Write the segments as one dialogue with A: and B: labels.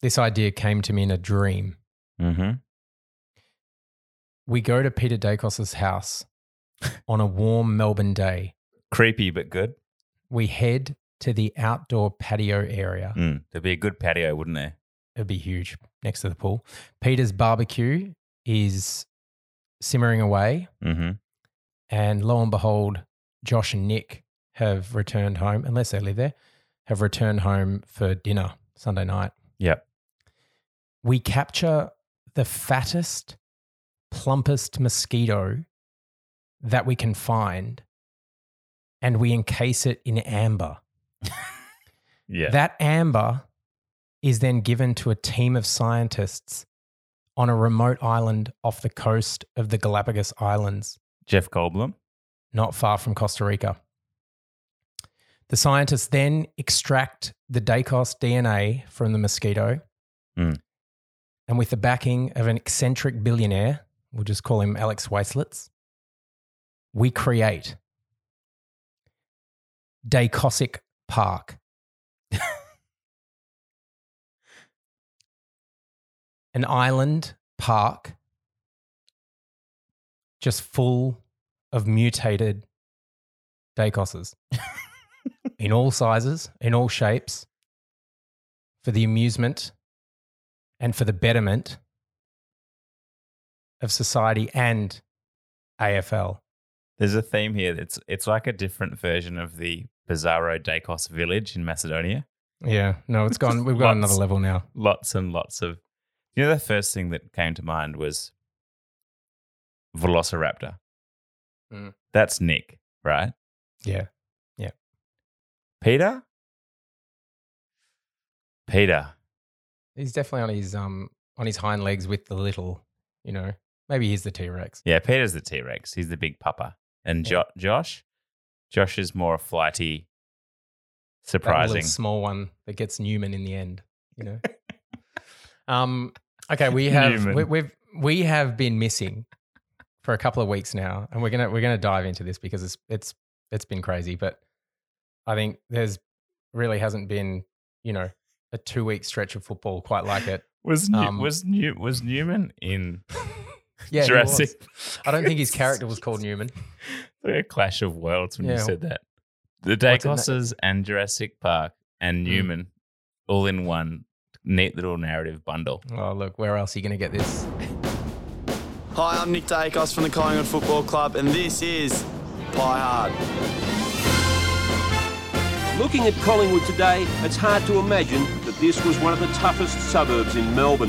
A: This idea came to me in a dream.
B: Mm-hmm.
A: We go to Peter Dacos's house on a warm Melbourne day.
B: Creepy but good.
A: We head to the outdoor patio area.
B: Mm. There'd be a good patio, wouldn't there?
A: It'd be huge next to the pool. Peter's barbecue is simmering away.
B: Mm-hmm.
A: And lo and behold, Josh and Nick have returned home, unless they live there, have returned home for dinner Sunday night.
B: Yep.
A: We capture the fattest, plumpest mosquito that we can find and we encase it in amber.
B: Yeah.
A: That amber is then given to a team of scientists on a remote island off the coast of the Galapagos Islands,
B: Jeff Goldblum.
A: not far from Costa Rica. The scientists then extract the Dacos DNA from the mosquito.
B: Mm.
A: And with the backing of an eccentric billionaire, we'll just call him Alex Waistlitz, we create Dacosic Park. An island park just full of mutated Dacoses in all sizes, in all shapes, for the amusement and for the betterment of society and AFL.
B: There's a theme here. It's it's like a different version of the Bizarro Dacos village in Macedonia.
A: Yeah, no, it's gone. We've got
B: Lots.
A: another level now.
B: Lots and lots of. You know, the first thing that came to mind was Velociraptor.
A: Mm.
B: That's Nick, right?
A: Yeah.
B: Peter. Peter.
A: He's definitely on his um on his hind legs with the little, you know. Maybe he's the T Rex.
B: Yeah, Peter's the T Rex. He's the big papa. And jo- Josh, Josh is more flighty,
A: That
B: surprising.
A: little small one that gets Newman in the end, you know. um okay, we have
B: Newman.
A: we, we've we have been missing for a couple of weeks now and we're going to we're going to dive into this because it's it's it's been crazy, but I think there's really hasn't been, you know, a 2-week stretch of football quite like it.
B: was New-
A: um,
B: was New- was Newman in
A: Yeah, he
B: Jurassic?
A: I don't think his character was called Newman.
B: like a clash of worlds when you
A: Yeah.
B: said that.
A: What's
B: The
A: it na-
B: Dacoses and Jurassic Park and
A: Mm.
B: Newman, all in one neat little narrative bundle.
A: Oh, look, where else are you going to get this?
C: Hi, I'm Nick Dacos from the Collingwood Football Club, and this is Pie Hard.
D: Looking at Collingwood today, it's hard to imagine that this was one of the toughest suburbs in Melbourne.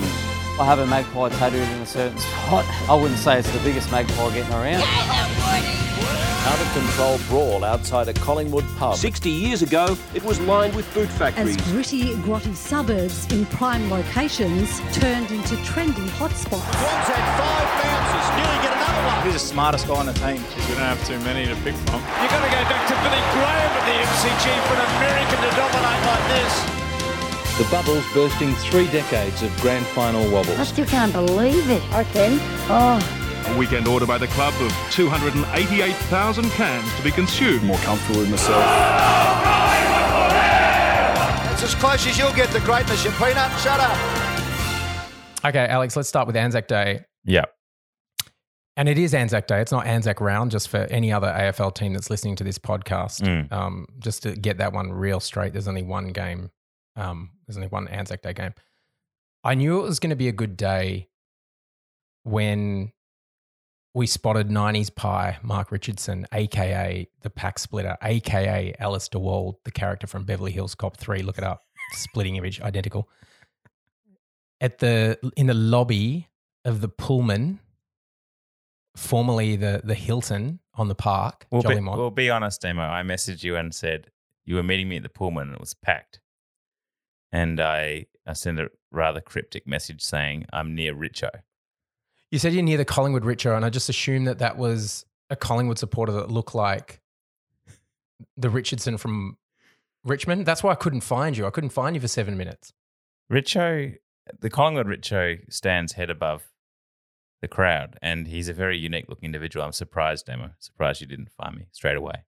E: I have a magpie tattooed in a certain spot. I wouldn't say it's the biggest magpie getting around.
F: Out of control brawl outside a Collingwood pub.
D: 60 years ago, it was lined with boot
G: As
D: factories.
G: gritty, grotty suburbs in prime locations turned into trendy hotspots.
F: One's had five bounces, nearly get another one.
H: He's the smartest guy on the team. We don't have too many to pick from.
I: You've got to go back to Billy Graham at the MCG for an American to dominate like this.
J: The bubbles bursting three decades of grand final wobbles.
G: still can't believe it. I can. Oh,
I: A weekend order by the club of 288,000 cans to be consumed.
C: More comfortable with myself.
F: It's as close as you'll get to greatness, you peanut. Shut up.
A: Okay, Alex, let's start with Anzac Day.
B: Yeah.
A: And it is Anzac Day. It's not Anzac Round, just for any other AFL team that's listening to this podcast.
B: Mm.
A: Um, just to get that one real straight, there's only one game. Um, there's only one Anzac Day game. I knew it was going to be a good day when we spotted 90s Pie Mark Richardson, AKA the Pack Splitter, AKA Alice DeWald, the character from Beverly Hills Cop 3. Look it up. Splitting image, identical. At the in the lobby of the Pullman, formerly the the Hilton on the park,
B: We'll be,
A: Jollymont.
B: we'll be honest, Emo. I messaged you and said you were meeting me at the Pullman and it was packed. And I, I sent a rather cryptic message saying, I'm near Richo.
A: You said you're near the Collingwood Richo, and I just assumed that that was a Collingwood supporter that looked like the Richardson from Richmond. That's why I couldn't find you. I couldn't find you for seven minutes.
B: Richo, the Collingwood Richo stands head above the crowd, and he's a very unique looking individual. I'm surprised, Emma. Surprised you didn't find me straight away.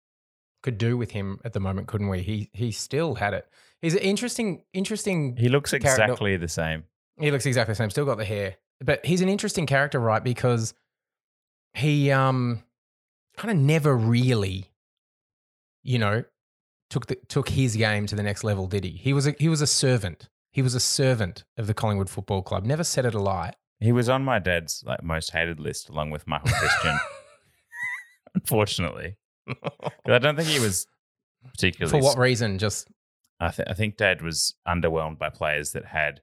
A: could do with him at the moment, couldn't we? He he still had it. He's an interesting, interesting.
B: He looks
A: Character-
B: exactly the same.
A: He looks exactly the same. Still got the hair, but he's an interesting character, right? Because he um kind of never really, you know, took the, took his game to the next level. Did he? He was a, he was a servant. He was a servant of the Collingwood Football Club. Never set it alight.
B: He was on my dad's like most hated list along with Michael Christian. Unfortunately, 'Cause I don't think he was particularly.
A: For what reason? Just
B: I, th- I think Dad was underwhelmed by players that had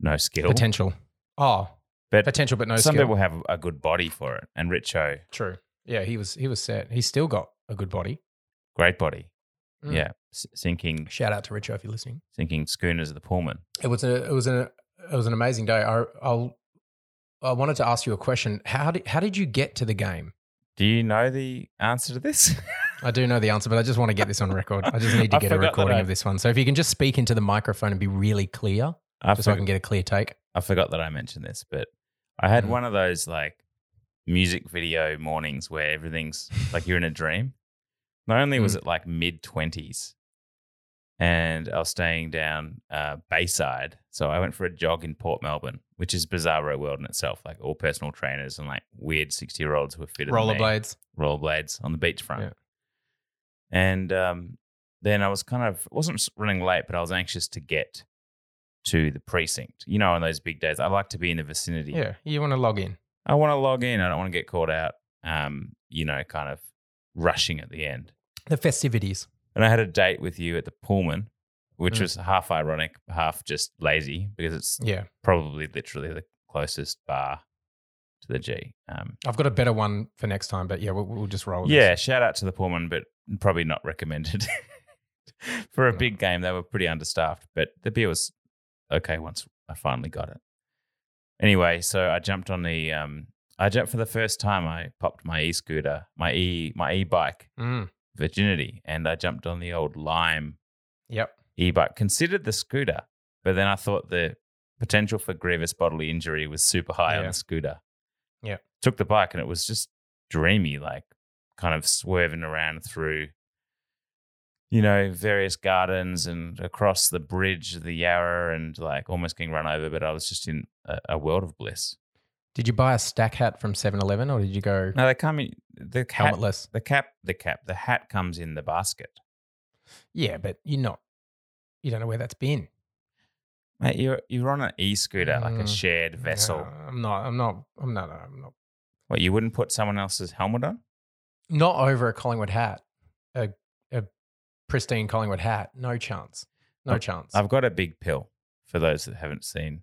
B: no skill.
A: potential. Oh,
B: but
A: potential, but no
B: some
A: skill.
B: people have a good body for it, and Richo,
A: True. Yeah, he was he was set. He's still got a good body.
B: great body.
A: Mm.
B: Yeah, S- sinking
A: Shout out to Richo if you're listening.
B: sinking schooners of the Pullman.
A: It was a, it was an it was an amazing day. I I'll, I wanted to ask you a question. How did how did you get to the game?
B: Do you know the answer to this?
A: I do know the answer, but I just want to get this on record. I just need to
B: I
A: get a
B: forgot that
A: recording
B: I-
A: of this one. So if you can just speak into the microphone and be really clear,
B: I
A: just so I
B: forg-
A: can get a clear take.
B: I forgot that I mentioned this, but I had
A: Mm.
B: one of those like music video mornings where everything's like you're in a dream. Not only was it like mid 20s, and I was staying down uh, Bayside. So I went for a jog in Port Melbourne, which is bizarro world in itself. Like all personal trainers and like weird 60 year olds who are fitter than me
A: Rollerblades.
B: rollerblades on the beachfront.
A: Yeah.
B: And um, then I was kind of wasn't s- running late, but I was anxious to get to the precinct. You know, on those big days, I like to be in the vicinity.
A: Yeah, you want to log in.
B: I want to log in. I don't want to get caught out. Um, you know, kind of rushing at the end.
A: The festivities.
B: And I had a date with you at the Pullman, which
A: Mm.
B: was half ironic, half just lazy because it's
A: Yeah,
B: probably literally the closest bar to the G. Um,
A: I've got a better one for next time, but yeah, we'll, we'll just roll. with this.
B: Yeah, shout out to the Pullman, but probably not recommended for a big game. They were pretty understaffed, but the beer was okay once I finally got it. Anyway, so I jumped on the. Um, I jumped for the first time. I popped my e scooter, my e my e bike
A: Mm,
B: virginity, and I jumped on the old Lime
A: yep.
B: e bike. Considered the scooter, but then I thought the potential for grievous bodily injury was super high on
A: Yeah.
B: the scooter.
A: Yeah.
B: Took the bike and it was just dreamy, like kind of swerving around through, you know, various gardens and across the bridge, the Yarra, and like almost getting run over. But I was just in a, a world of bliss.
A: Did you buy a stack hat from 7-Eleven or did you go
B: No, they come in the hat,
A: helmetless?
B: the cap, the cap, the hat comes in the basket.
A: Yeah, but you're not. You don't know where that's been.
B: Mate, you're you're on an e scooter, like a
A: Mm.
B: shared vessel.
A: No, I'm not. I'm not. I'm not. I'm not.
B: What you wouldn't put someone else's helmet on?
A: Not over a Collingwood hat, a a pristine Collingwood hat. No chance. No
B: I've-
A: chance.
B: I've got a big pill for those that haven't seen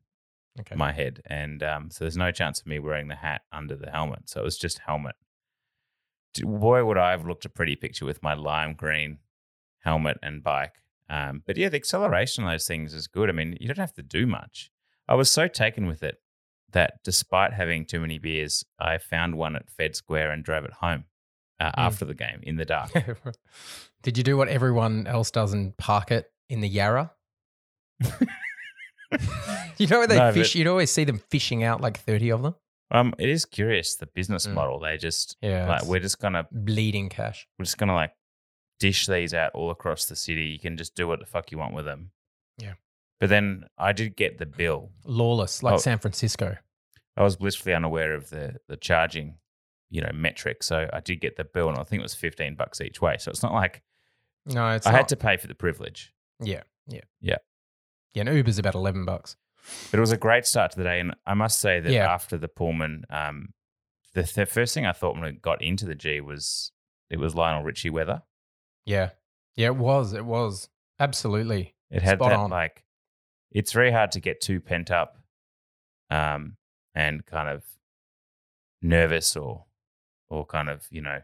A: okay.
B: my head, and um, so there's no chance of me wearing the hat under the helmet. So it was just helmet. D- Boy, would I have looked a pretty picture with my lime green helmet and bike. Um, but yeah, the acceleration on those things is good. I mean, you don't have to do much. I was so taken with it that despite having too many beers, I found one at Fed Square and drove it home uh, after the game in the dark.
A: Did you do what everyone else does and park it in the Yarra? you know where they
B: No, but-
A: fish. You'd always see them fishing out like thirty of them.
B: um, it is curious the business
A: Mm.
B: model. They just
A: Yeah,
B: like
A: it's
B: we're just gonna
A: bleeding cash.
B: we're just gonna like dish these out all across the city. You can just do what the fuck you want with them.
A: Yeah.
B: But then I did get the bill.
A: Lawless, like
B: Oh.
A: San Francisco.
B: I was blissfully unaware of the the charging, you know, metric. So I did get the bill, and I think it was fifteen bucks each way. So it's not like
A: No, it's.
B: I
A: not.
B: had to pay for the privilege.
A: Yeah, yeah,
B: Yeah.
A: Yeah, and Uber's about eleven bucks.
B: But it was a great start to the day, and I must say that
A: Yeah.
B: after the Pullman, um, the, the first thing I thought when I got into the G was it was Lionel Richie weather.
A: Yeah, yeah, it was. It was absolutely.
B: It had
A: Spot
B: that
A: on.
B: like it's very hard to get too pent up um and kind of nervous or or kind of, you know,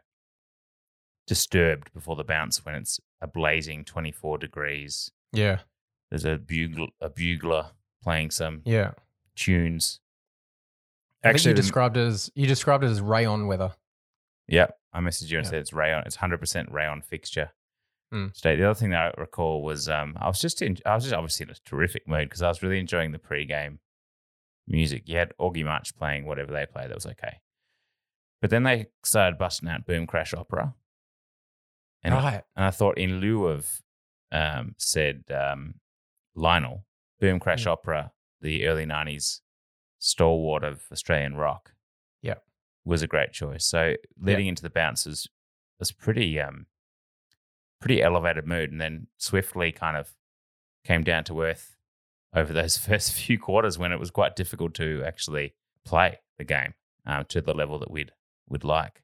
B: disturbed before the bounce when it's a blazing 24 degrees.
A: Yeah,
B: There's a bugle a bugler playing some
A: yeah.
B: tunes.
A: Actually, you
B: the-
A: described it as you described it as rayon weather.
B: Yeah, I messaged you and
A: Yeah.
B: said it's rayon. It's hundred percent rayon fixture.
A: Mm.
B: Today, the other thing that I recall was um, I was just in, I was just obviously in a terrific mood because I was really enjoying the pre-game music. You had Augie March playing whatever they play, that was okay. But then they started busting out Boom Crash Opera, And,
A: right.
B: and I thought, in lieu of um, said um, Lionel, Boom Crash Opera, the early 90s stalwart of Australian rock,
A: Yep.
B: was a great choice. So leading into the bounces was pretty, um, pretty elevated mood, and then swiftly kind of came down to earth over those first few quarters when it was quite difficult to actually play the game um, to the level that we'd would like.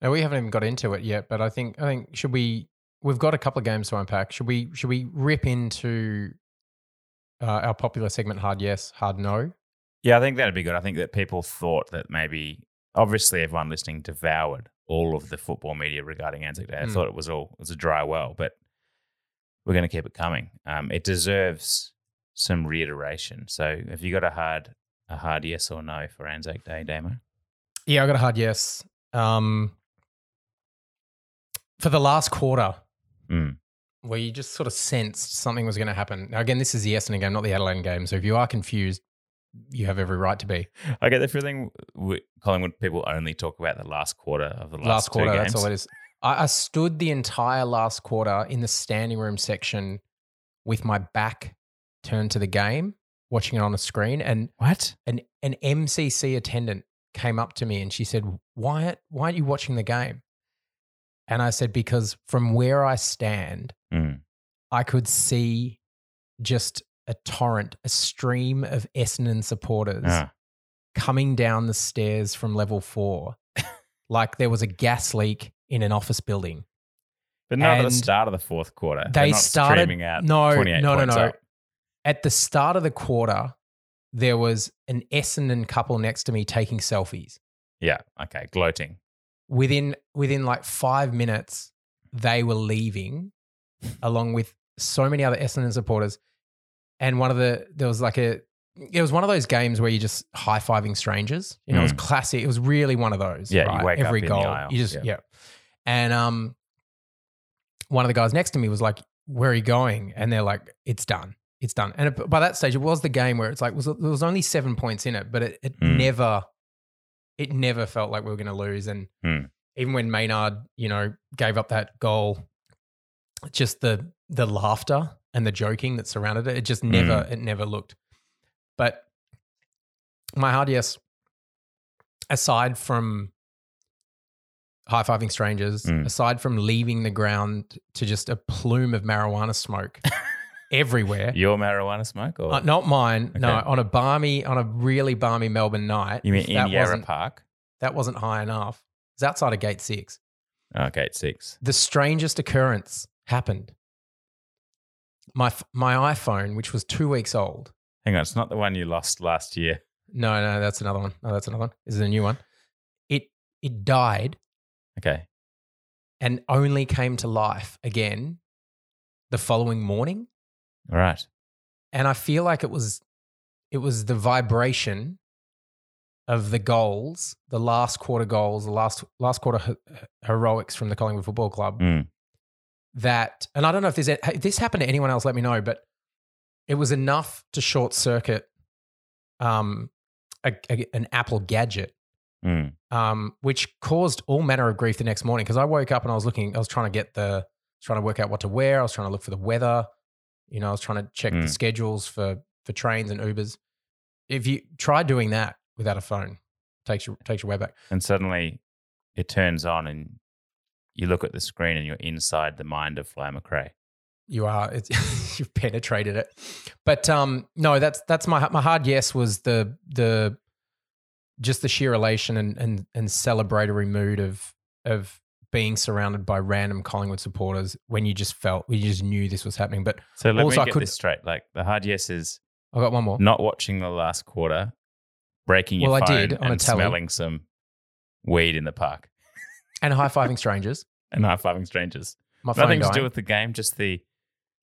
A: Now we haven't even got into it yet, but I think I think should we we've got a couple of games to unpack. Should we should we rip into uh, our popular segment hard yes, hard no?
B: Yeah, I think that'd be good. I think that people thought that maybe, obviously, everyone listening devoured all of the football media regarding Anzac Day. I
A: Hmm.
B: thought it was all it was a dry well, but we're going to keep it coming. Um, it deserves some reiteration. So, have you got a hard a hard yes or no for Anzac Day, Damo?
A: Yeah, I got a hard yes. Um, for the last quarter,
B: Mm.
A: where you just sort of sensed something was going to happen. Now, again, this is the Essendon game, not the Adelaide game. So if you are confused, you have every right to be.
B: I get the feeling we, Collingwood people only talk about the last quarter of the last,
A: Last, quarter,
B: Two
A: that's
B: games.
A: all it is. I, I stood the entire last quarter in the standing room section with my back turned to the game, watching it on a screen, and
B: What?
A: an an MCC attendant came up to me and she said, "Wyatt, why aren't you watching the game?" And I said, "Because from where I stand,
B: Mm.
A: I could see just a torrent, a stream of Essendon supporters
B: Ah.
A: coming down the stairs from level four, like there was a gas leak in an office building."
B: But not at the
A: And
B: start of the fourth quarter. They're
A: they
B: not
A: started
B: streaming out.
A: no
B: 28
A: no no
B: points
A: no
B: up.
A: at the start of the quarter there was an essendon couple next to me taking selfies
B: Yeah. Okay. Gloating.
A: within within like five minutes they were leaving along with so many other essendon supporters and one of the there was like a it was one of those games where you're just high-fiving strangers you know it was
B: Mm.
A: classic it was really one of those
B: Yeah, you
A: right?
B: wake up
A: every
B: in the
A: goal
B: aisle.
A: you just
B: Yeah.
A: yeah and um one of the guys next to me was like where are you going and they're like it's done it's done and it, by that stage it was the game where it's like was, there was only seven points in it but it, it
B: Mm.
A: never it never felt like we were going to lose. And
B: Hmm.
A: even when Maynard, you know, gave up that goal, just the the laughter and the joking that surrounded it, it just
B: Mm.
A: never it never looked. But my hard yes, aside from high fiving strangers,
B: Hmm.
A: aside from leaving the ground to just a plume of marijuana smoke everywhere.
B: Your marijuana smoke or
A: Uh, not mine. No,
B: Okay.
A: on a balmy, on a really balmy Melbourne night.
B: you mean
A: if
B: in
A: that
B: Yarra
A: wasn't-
B: Park?
A: that wasn't high enough. It's outside of gate six.
B: Oh, gate six.
A: The strangest occurrence happened. My f- my iPhone, which was two weeks old.
B: Hang on, it's not the one you lost last year.
A: No, no, that's another one. No, that's another one. This is a new one. It it died
B: Okay.
A: and only came to life again the following morning.
B: All right.
A: And I feel like it was it was the vibration of the goals, the last quarter goals, the last last quarter he- heroics from the Collingwood Football Club.
B: Mm.
A: that, and I don't know if, there's, a- if this happened to anyone else, let me know, but it was enough to short circuit um, a, a- an Apple gadget,
B: Mm.
A: um, which caused all manner of grief the next morning. Because I woke up and I was looking, I was trying to get the, trying to work out what to wear. I was trying to look for the weather. You know, I was trying to check the
B: Mm.
A: schedules for, for trains and Ubers. If you try doing that without a phone, takes you, takes you way back.
B: And suddenly it turns on and you look at the screen and you're inside the mind of Fly McRae.
A: you are it's, you've penetrated it but um no that's that's my my hard yes was the the just the sheer elation and and and celebratory mood of of being surrounded by random collingwood supporters when you just felt we just knew this was happening but
B: So let
A: Also, I
B: me get
A: could-
B: this straight. Like the hard yes is
A: i've got one more
B: not watching the last quarter, breaking your
A: Well, I
B: phone
A: did on a
B: and
A: telly.
B: smelling some weed in the park
A: and high-fiving strangers
B: and high-fiving strangers.
A: my phone
B: Nothing to
A: dying.
B: do with the game, just the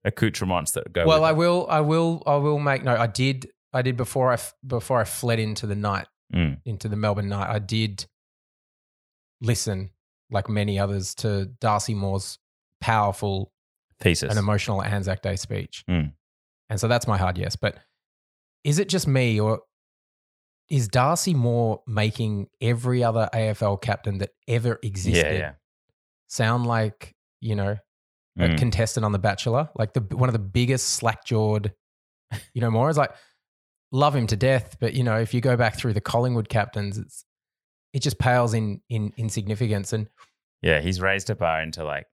B: accoutrements that go
A: well
B: with
A: i will i will i will make no i did i did before i f- before i fled into the night
B: it. Mm.
A: into the Melbourne night, I did listen, like many others, to Darcy Moore's powerful
B: Thesis.
A: and emotional Anzac Day speech.
B: Mm.
A: And so that's my hard yes. But is it just me or is Darcy Moore making every other AFL captain that ever
B: yeah,
A: existed
B: yeah.
A: sound like you know a
B: Mm.
A: contestant on The Bachelor, like the one of the biggest slack jawed, you know, more. It's like love him to death, but you know, if you go back through the Collingwood captains, it's it just pales in in insignificance. And
B: Yeah, he's raised a bar into like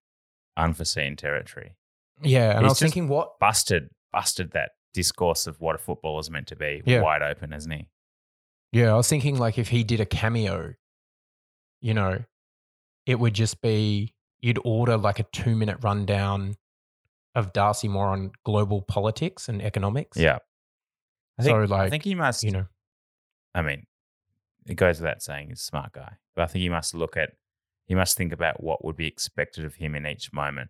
B: unforeseen territory.
A: yeah, and I
B: He's
A: was
B: just-
A: thinking, what
B: Busted, busted that discourse of what a football is meant to be
A: Yeah.
B: wide open, isn't he?
A: Yeah, I was thinking like if he did a cameo, you know, it would just be you'd order like a two minute rundown of Darcy Moore on global politics and economics.
B: Yeah. I think,
A: So, like,
B: I think he must,
A: You know.
B: I mean, it goes without saying he's a smart guy, but I think he must look at, he must think about what would be expected of him in each moment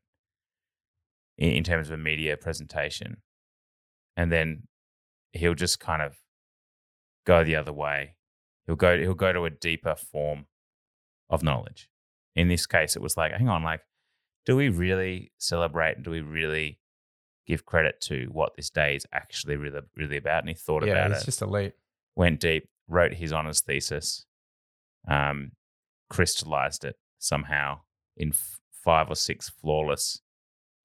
B: in, in terms of a media presentation. And then he'll just kind of go the other way. He'll go, he'll go to a deeper form of knowledge. In this case, it was like, hang on, like, do we really celebrate and do we really give credit to what this day is actually really, really about? And he thought
A: yeah,
B: about
A: it's
B: it
A: just elite.
B: went deep, wrote his honors thesis, um, crystallized it somehow in f- five or six flawless,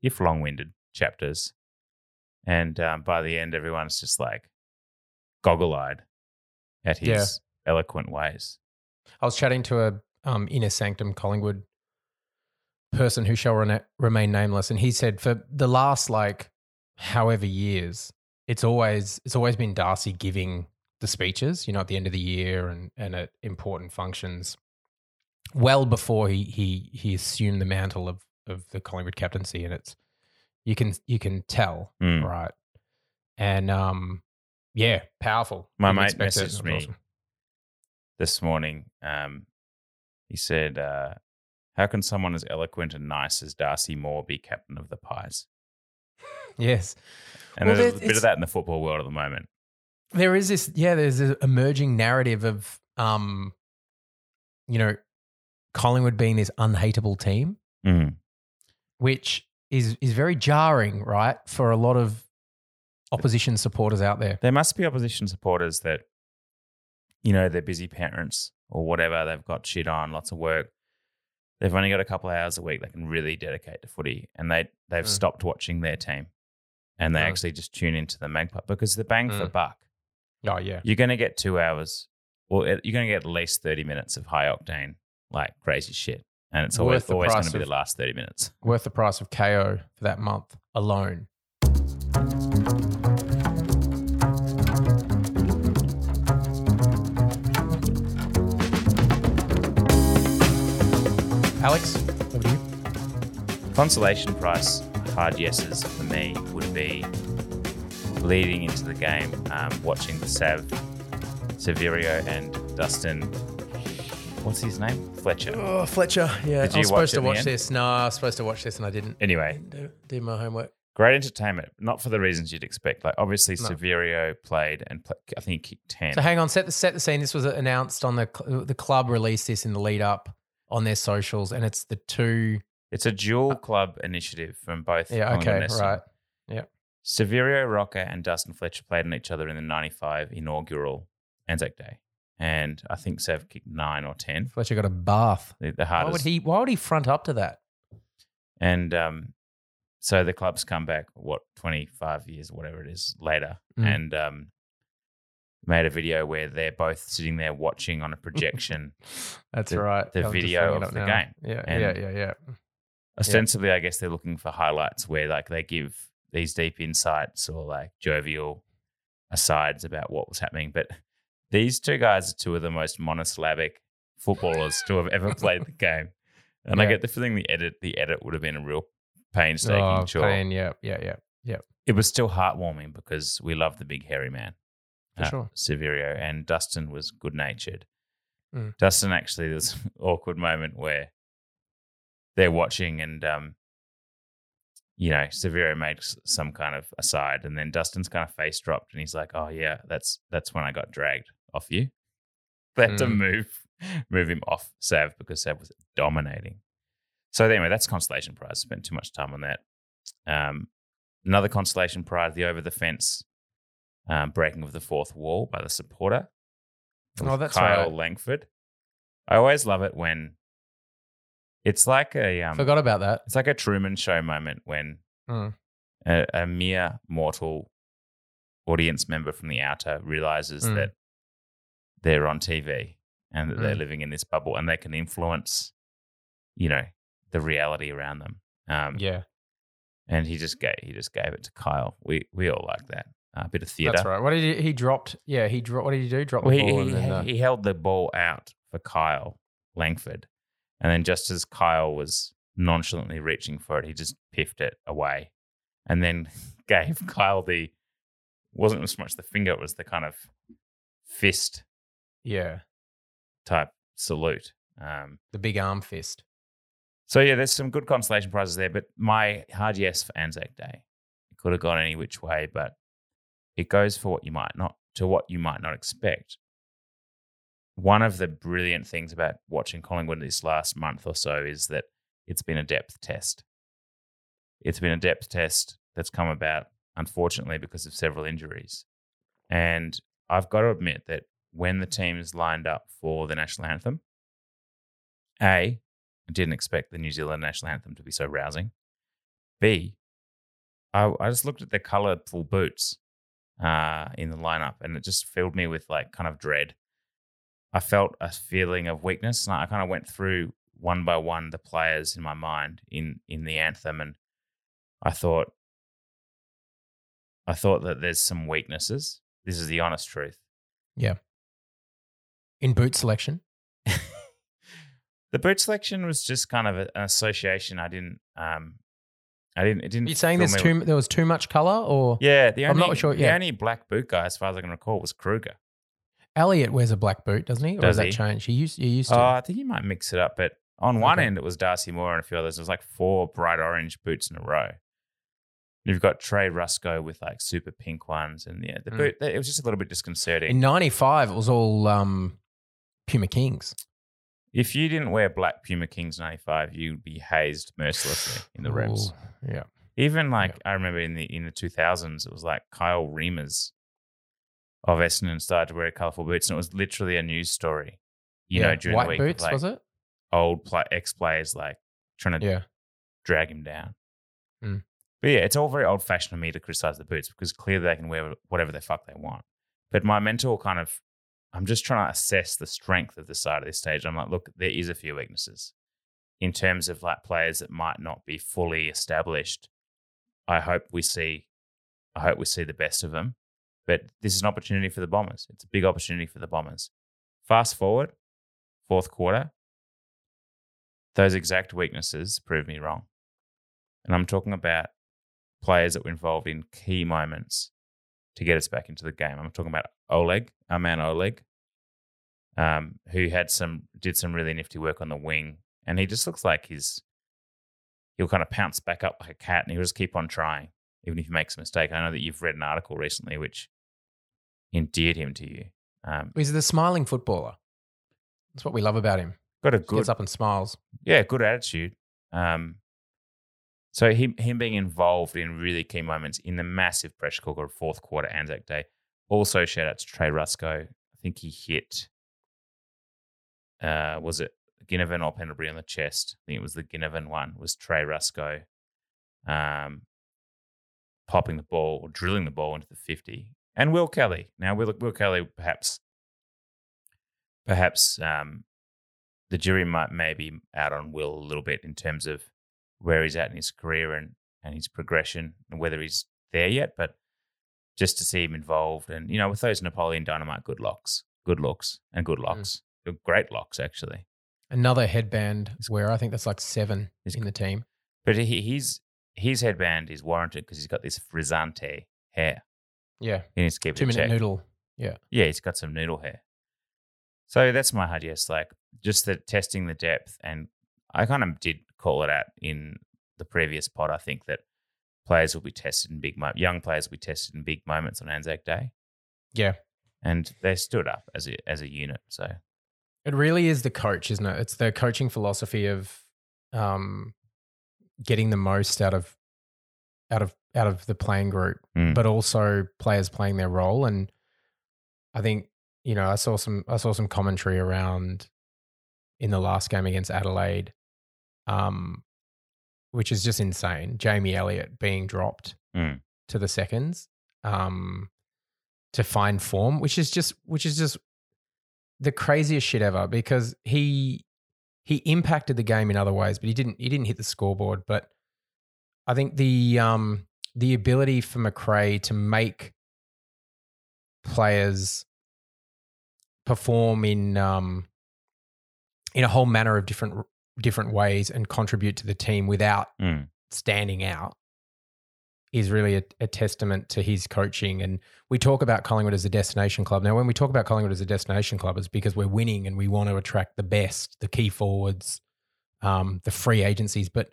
B: if long winded, chapters. And um, by the end, everyone's just like goggle eyed at his
A: Yeah.
B: eloquent ways.
A: I was chatting to a um, inner sanctum Collingwood person who shall rena- remain nameless, and he said for the last like however years, it's always it's always been Darcy giving the speeches, you know, at the end of the year and and at important functions, well before he he he assumed the mantle of of the Collingwood captaincy, and it's you can you can tell
B: Mm.
A: right, and um yeah, powerful.
B: My
A: Didn't
B: mate
A: expect it.
B: messaged
A: That was
B: me. This morning, um, he said, uh, How can someone as eloquent and nice as Darcy Moore be captain of the Pies?
A: Yes.
B: And
A: Well,
B: there's a
A: there-
B: bit
A: it's-
B: of that in the football world at the moment.
A: there is this yeah there's this emerging narrative of um you know collingwood being this unhateable team
B: Mm.
A: which is is very jarring right for a lot of opposition supporters out there
B: There must be opposition supporters that, you know, they're busy parents or whatever. They've got shit on, lots of work. They've only got a couple of hours a week they can really dedicate to footy, and they they've
A: Mm.
B: stopped watching their team, and they
A: Mm.
B: actually just tune into the Magpie because the bang for
A: Mm.
B: buck,
A: oh yeah
B: you're going to get two hours, or at- you're going to get at least thirty minutes of high octane like crazy shit, and it's always
A: Worth the
B: always going to
A: price
B: be
A: of-
B: the last thirty minutes.
A: worth the price of ko for that month alone alex over to you
B: Consolation prize hard yeses for me would be leading into the game, um, watching the Sav, Severio, and Dustin. What's his name? Fletcher.
A: Oh, Fletcher. Yeah,
B: Did
A: I
B: you
A: was supposed
B: watch it in
A: to
B: the
A: watch
B: end?
A: this. No, I was supposed to watch this and I didn't.
B: Anyway,
A: Didn't do- do my homework.
B: great entertainment, not for the reasons you'd expect. Like obviously,
A: No.
B: Severio played and pla I think he kicked ten.
A: So hang on, set the set the scene. This was announced on the cl- the club released this in the lead up on their socials, and it's the two.
B: it's a dual club initiative from both.
A: Uh, Yeah,
B: Collingwood and
A: okay,
B: Essendon.
A: right.
B: Severio Rocca and Dustin Fletcher played on each other in the '95 inaugural Anzac Day, and I think Sav kicked nine or ten.
A: Fletcher got a bath.
B: The, the
A: Why
B: hardest.
A: would he? Why would he front up to that?
B: And um, so the club's come back, what, 25 years, whatever it is, later,
A: Mm.
B: and um, made a video where they're both sitting there watching on a projection.
A: That's
B: The-
A: right.
B: the
A: I'm just
B: video
A: bringing it
B: of
A: up
B: the
A: now.
B: game.
A: Yeah,
B: And-
A: yeah, yeah, yeah.
B: Ostensibly, I guess they're looking for highlights where like they give these deep insights or like jovial asides about what was happening. But these two guys are two of the most monosyllabic footballers to have ever played the game. And I
A: Yeah.
B: get the feeling the edit the edit would have been a real painstaking
A: Oh,
B: chore.
A: pain. Yeah, yeah, yeah.
B: it was still heartwarming because we love the big hairy man,
A: For sure.
B: Severio, and Dustin was good natured.
A: Mm.
B: Dustin actually, there's an awkward moment where they're watching and, um, you know, Severo makes some kind of aside, and then Dustin's kind of face dropped, and he's like, "Oh yeah, that's that's when I got dragged off you." They had to
A: Mm.
B: move move him off Sav because Sav was dominating. So anyway, that's consolation prize. Spent too much time on that. Um, another consolation prize: the over the fence um, breaking of the fourth wall by the supporter.
A: Oh, that's
B: Kyle
A: right.
B: Langford. I always love it when It's like a um,
A: Forgot about that.
B: it's like a Truman Show moment when
A: Mm.
B: a, a mere mortal audience member from the outer realizes
A: Mm.
B: that they're on TV and that they're
A: Mm.
B: living in this bubble and they can influence, you know, the reality around them. Um,
A: Yeah,
B: And he just gave he just gave it to Kyle. We we all like that a bit of theater.
A: that's right. What did he, he dropped? Yeah, he dropped. What did he do? Drop
B: Well,
A: the ball
B: he,
A: and then.
B: he,
A: uh,
B: he held the ball out for Kyle Langford. And then just as Kyle was nonchalantly reaching for it, he just piffed it away and then gave Kyle the wasn't as much the finger, it was the kind of fist
A: yeah,
B: type salute. Um,
A: the big arm fist.
B: so yeah, there's some good consolation prizes there, but my hard yes for Anzac Day. It could have gone any which way, but it goes for what you might not to what you might not expect. One of the brilliant things about watching Collingwood this last month or so is that it's been a depth test. It's been a depth test that's come about, unfortunately, because of several injuries. And I've got to admit that when the team is lined up for the national anthem, A, I didn't expect the New Zealand national anthem to be so rousing. B, I, I just looked at the colourful boots uh, in the lineup, and it just filled me with like kind of dread. I felt a feeling of weakness, and I kind of went through one by one the players in my mind in in the anthem, and I thought, I thought that there's some weaknesses. This is the honest truth.
A: In boot selection,
B: The boot selection was just kind of a- an association. I didn't, um, I didn't. It didn't.
A: are you saying
B: fill
A: there's
B: me
A: too there was too much color, or
B: Yeah, the
A: I'm
B: only,
A: not sure,
B: The
A: yeah.
B: only black boot guy, as far as I can recall, was Kruger.
A: Elliot wears a black boot, doesn't he? Or
B: Does
A: has that
B: he?
A: changed? He used he used
B: Oh,
A: to.
B: I think you might mix it up, but on one
A: Okay.
B: end it was Darcy Moore and a few others. It was like four bright orange boots in a row. You've got Trey Rusco with like super pink ones, and yeah, the
A: Mm.
B: boot. It was just a little bit disconcerting.
A: In '95, it was all um, Puma Kings.
B: if you didn't wear black Puma Kings '95, you'd be hazed mercilessly in the reps.
A: Ooh, Yeah,
B: Even like I remember in the in the 2000s, it was like Kyle Reimers of Essendon started to wear colourful boots, and it was literally a news story. You
A: yeah.
B: know, during
A: white
B: the week, of,
A: boots
B: like,
A: was it?
B: old play, ex players like trying to
A: Yeah,
B: drag him down.
A: Mm.
B: But yeah, it's all very old fashioned of me to criticize the boots because clearly they can wear whatever the fuck they want. But my mental kind of, I'm just trying to assess the strength of the side of this stage. I'm like, look, there is a few weaknesses in terms of like players that might not be fully established. I hope we see, I hope we see the best of them. But this is an opportunity for the Bombers. It's a big opportunity for the Bombers. Fast forward, fourth quarter, those exact weaknesses prove me wrong. And I'm talking about players that were involved in key moments to get us back into the game. I'm talking about Oleg, our man Oleg, um, who had some did some really nifty work on the wing, and he just looks like he's he'll kind of pounce back up like a cat, and he'll just keep on trying, even if he makes a mistake. I know that you've read an article recently which endeared him to you. Um,
A: he's the smiling footballer. That's what we love about him.
B: got a
A: He
B: good
A: gets up and smiles.
B: yeah, good attitude. Um, so him him being involved in really key moments in the massive pressure cooker of fourth quarter Anzac Day. Also, shout out to Trey Rusco. I think he hit. Uh, was it Ginnivan or Pendlebury on the chest? I think it was the Ginnivan one. Was Trey Rusco, um, popping the ball or drilling the ball into the fifty? And Will Kelly. Now Will Will Kelly perhaps, perhaps um, the jury might may be out on Will a little bit in terms of where he's at in his career and, and his progression and whether he's there yet, but just to see him involved and you know, with those Napoleon Dynamite good locks. Good looks and
A: Hmm.
B: good locks. They're Great locks actually.
A: Another headband wearer. I think that's like seven
B: He's-
A: in the team.
B: But he, he's his headband is warranted because he's got this frizzante hair.
A: Yeah,
B: He needs to keep it
A: two
B: in
A: minute
B: check.
A: noodle.
B: Yeah, he's got some noodle hair. So that's my hard yes. Like just the testing the depth, and I kind of did call it out in the previous pod. I think that players will be tested in big moments. Young players will be tested in big moments on Anzac Day,
A: Yeah,
B: and they stood up as a, as a unit. So
A: It really is the coach, isn't it? It's the coaching philosophy of um, getting the most out of out of out of the playing group,
B: Mm.
A: but also players playing their role. And I think you know I saw some I saw some commentary around in the last game against Adelaide um, which is just insane. Jamie Elliott being dropped
B: Mm.
A: to the seconds um, to find form, which is just which is just the craziest shit ever because he he impacted the game in other ways, but he didn't he didn't hit the scoreboard. But I think the um, the ability for McRae to make players perform in um, in a whole manner of different different ways and contribute to the team without
B: Mm.
A: standing out is really a, a testament to his coaching. And we talk about Collingwood as a destination club. Now, when we talk about Collingwood as a destination club, it's because we're winning and we want to attract the best, the key forwards, um, the free agencies. But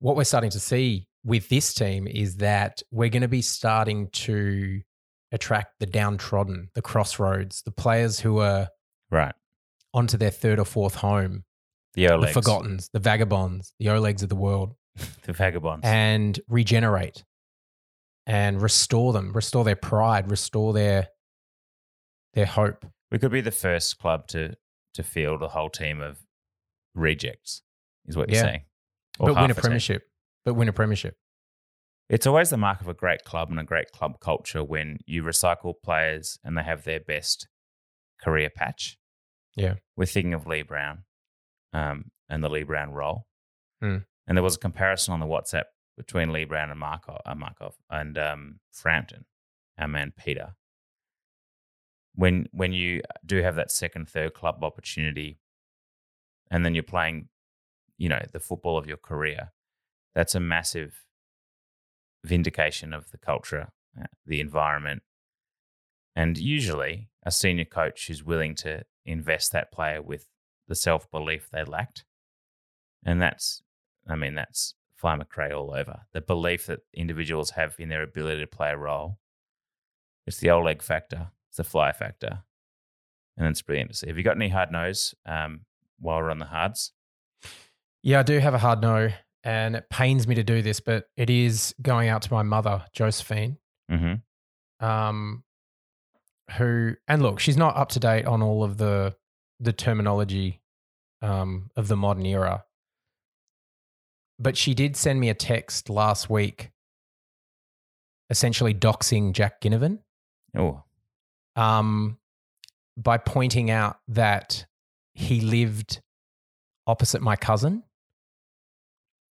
A: what we're starting to see with this team is that we're going to be starting to attract the downtrodden, the crossroads, the players who are
B: Right.
A: onto their third or fourth home,
B: The
A: the
B: Olegs.
A: forgottens, the vagabonds, the Olegs of the world
B: The vagabonds.
A: and regenerate and restore them, restore their pride, restore their their hope.
B: we could be the first club to to field a whole team of rejects, is what
A: Yeah.
B: you're saying. Or
A: but win
B: half
A: a
B: team.
A: premiership. But win a premiership.
B: It's always the mark of a great club and a great club culture when you recycle players and they have their best career patch.
A: Yeah.
B: We're thinking of Lee Brown um, and the Lee Brown role.
A: Hmm.
B: And there was a comparison on the WhatsApp between Lee Brown and Markov, uh, Markov and um, Frampton, our man Peter. When, when you do have that second, third club opportunity and then you're playing, you know, the football of your career, that's a massive vindication of the culture, uh, the environment, and usually a senior coach who's willing to invest that player with the self belief they lacked. And that's, I mean, that's Fly McRae all over. The belief that individuals have in their ability to play a role. It's the old leg factor, it's the fly factor. And it's brilliant to see. Have you got any hard nose um, while we're on the hards?
A: Yeah, I do have a hard no, and it pains me to do this, but it is going out to my mother, Josephine,
B: Mm-hmm.
A: um, who and look, she's not up to date on all of the the terminology um, of the modern era. But she did send me a text last week, essentially doxing Jack Ginnivan
B: Oh,
A: um, by pointing out that he lived opposite my cousin.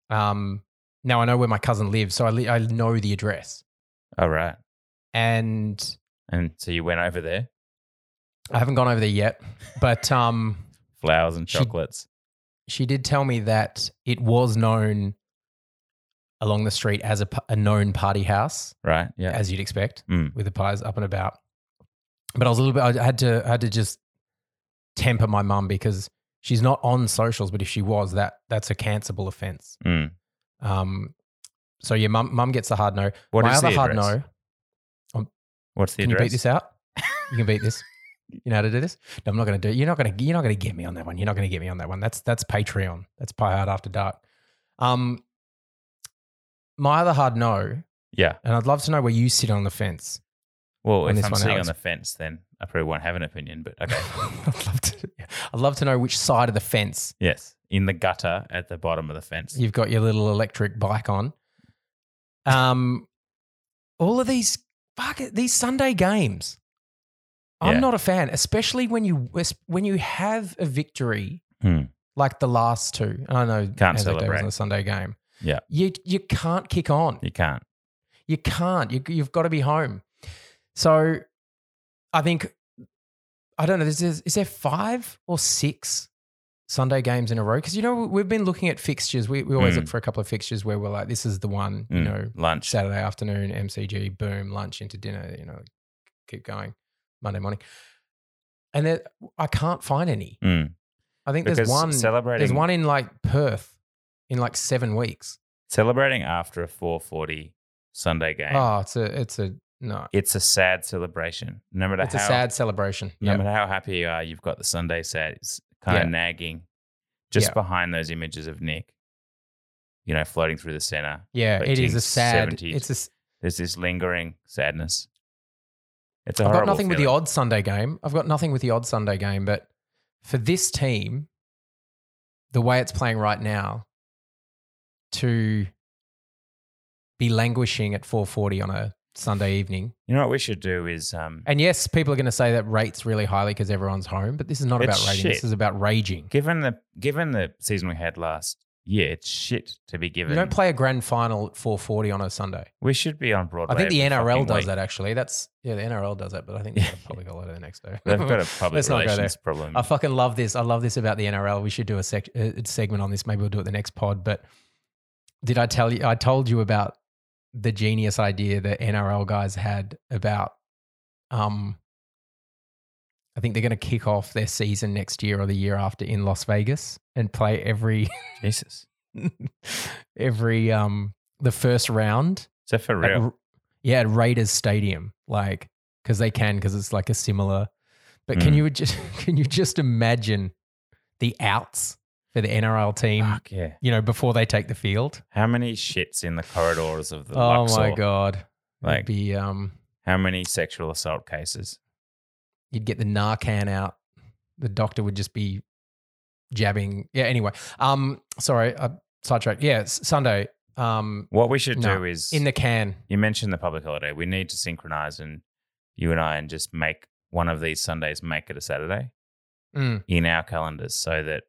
A: Um, now I know where my cousin lives, so I, li- I know the address.
B: all right.
A: And
B: And so you went over there,
A: I haven't gone over there yet, but um,
B: flowers and
A: She-
B: chocolates.
A: she did tell me that it was known along the street as a, p- a known party house,
B: right? Yeah.
A: as you'd expect,
B: Mm.
A: with the pies up and about. But I was a little bit. I had to. I had to just temper my mum because she's not on socials. But if she was, that that's a cancelable offence.
B: Mm.
A: Um, so yeah, mum mum gets the hard no.
B: What
A: my
B: is
A: other
B: the
A: hard
B: address?
A: no.
B: What's the
A: Can you
B: address?
A: beat this out? You can beat this. You know how to do this? No, I'm not going to do it. You're not going to. You're not going to get me on that one. You're not going to get me on that one. That's that's Patreon. That's Pie Hard After Dark. Um, my other hard no,
B: Yeah.
A: and I'd love to know where you sit on the fence.
B: Well,
A: On
B: if
A: this
B: I'm
A: one,
B: sitting
A: Alex.
B: on the fence, then I probably won't have an opinion. But okay.
A: I'd love to. I'd love to know which side of the fence
B: yes, in the gutter at the bottom of the fence.
A: you've got your little electric bike on. Um, all of these fuck it, these Sunday games. I'm
B: Yeah.
A: not a fan, especially when you when you have a victory
B: Hmm.
A: like the last two. I know Anzac Day was
B: celebrate.
A: on a Sunday game.
B: Yeah.
A: you you can't kick on.
B: You can't.
A: You can't. You, you've got to be home. So I think, I don't know, is there, is there five or six Sunday games in a row? Because, you know, we've been looking at fixtures. We, we always
B: Mm.
A: look for a couple of fixtures where we're like, this is the one, you
B: Mm.
A: know,
B: Lunch.
A: Saturday afternoon, MCG, boom, lunch into dinner, you know, keep going, Monday morning. And there, I can't find any.
B: Mm.
A: I think
B: Because
A: there's one.
B: celebrating
A: There's one in like Perth in like seven weeks.
B: celebrating after a 4:40 Sunday game.
A: Oh, it's a, it's a, no.
B: It's a sad celebration. No matter
A: It's a
B: how
A: sad celebration.
B: no
A: Yep.
B: matter how happy you are, you've got the Sunday sad. It's kind
A: Yeah.
B: of nagging, just
A: Yeah.
B: behind those images of Nick. You know, floating through the center.
A: Yeah, it is a sad.
B: 1970s.
A: It's a. s-
B: There's this lingering sadness. It's a
A: I've got
B: horrible
A: nothing with the
B: feeling.
A: odd Sunday game. I've got nothing with the odd Sunday game, but for this team, the way it's playing right now, to be languishing at 4:40 on a Sunday evening.
B: You know what we should do is um,
A: And yes, people are going to say that rates really highly because everyone's home, but this is not
B: It's
A: about rating.
B: shit.
A: This is about raging.
B: given the given the season we had last year, it's shit to be
A: You
B: given.
A: don't play a grand final at 4:40 on a Sunday.
B: we should be on Broadway.
A: I think the
B: every
A: NRL
B: fucking
A: does
B: week.
A: that actually. That's yeah, the NRL does that, but I think they've got a public holiday the next day.
B: They've got a public
A: Let's not go there.
B: relations problem.
A: I fucking love this. I love this about the NRL. We should do a sec- uh, segment on this. Maybe we'll do it the next pod. But did I tell you? I told you about the genius idea that NRL guys had about. Um, I think they're going to kick off their season next year or the year after in Las Vegas and play every
B: Jesus,
A: every um the first round
B: so for
A: at
B: real,
A: R- yeah, at Raiders Stadium, like because they can, because it's like a similar. But can
B: Mm.
A: you just can you just imagine the outs for the NRL team?
B: fuck yeah.
A: You know, before they take the field.
B: How many shits in the corridors of the
A: oh
B: Luxor?
A: my god!
B: Like-
A: It'd be um,
B: How many sexual assault cases?
A: you'd get the Narcan out. The doctor would just be jabbing. Yeah. Anyway, um, sorry, I sidetracked. Yeah, S- Sunday. Um,
B: What we should
A: No,
B: do is
A: in the can.
B: you mentioned the public holiday. We need to synchronize and you and I and just make one of these Sundays make it a Saturday.
A: Mm,
B: in our calendars so that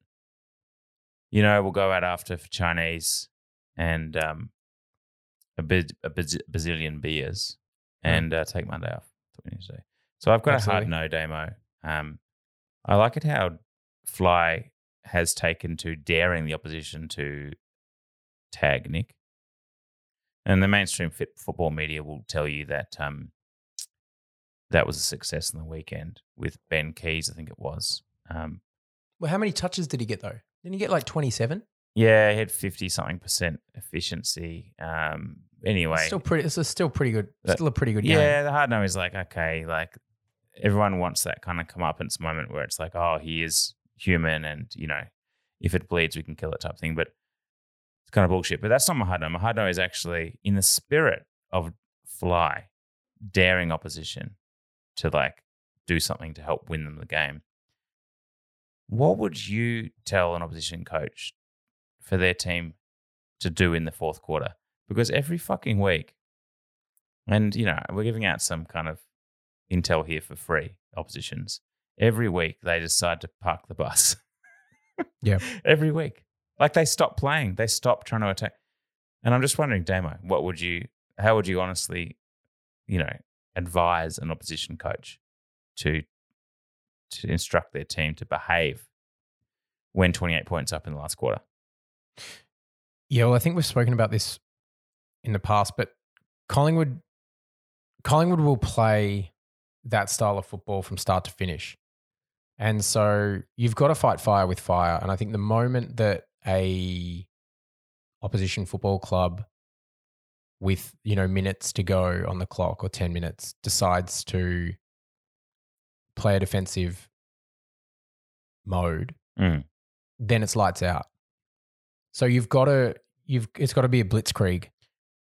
B: you know we'll go out after for Chinese and um, a, bit, a baz- bazillion beers and uh, take Monday off. That's what we need to do. So I've got
A: Absolutely.
B: a hard no demo. Um, I like it how Fly has taken to daring the opposition to tag Nick. And the mainstream fit football media will tell you that um, that was a success in the weekend with Ben Keys, I think it was. Um,
A: well, how many touches did he get though? Didn't he get like twenty-seven?
B: yeah, he had 50 something percent efficiency. Um, anyway,
A: Still pretty. It's a still pretty good.
B: That-
A: Still a pretty good. game.
B: yeah, the hard no is like, okay, like everyone wants that kind of comeuppance moment where it's like, oh, he is human and, you know, if it bleeds, we can kill it type thing. But it's kind of bullshit. But that's not my hard no. My hard no is actually in the spirit of Fly daring opposition to like do something to help win them the game. What would you tell an opposition coach for their team to do in the fourth quarter? Because every fucking week, and you know, we're giving out some kind of intel here for free, oppositions. Every week they decide to park the bus.
A: Yeah.
B: Every week. Like they stop playing. They stop trying to attack. And I'm just wondering, Damo, what would you how would you honestly, you know, advise an opposition coach to to instruct their team to behave when 28 points up in the last quarter?
A: Yeah, well, I think we've spoken about this in the past, but Collingwood, Collingwood will play that style of football from start to finish, and so you've got to fight fire with fire. And I think the moment that a opposition football club with you know minutes to go on the clock or ten minutes decides to play a defensive mode,
B: Mm.
A: then it's lights out. So you've got to you've it's got to be a blitzkrieg,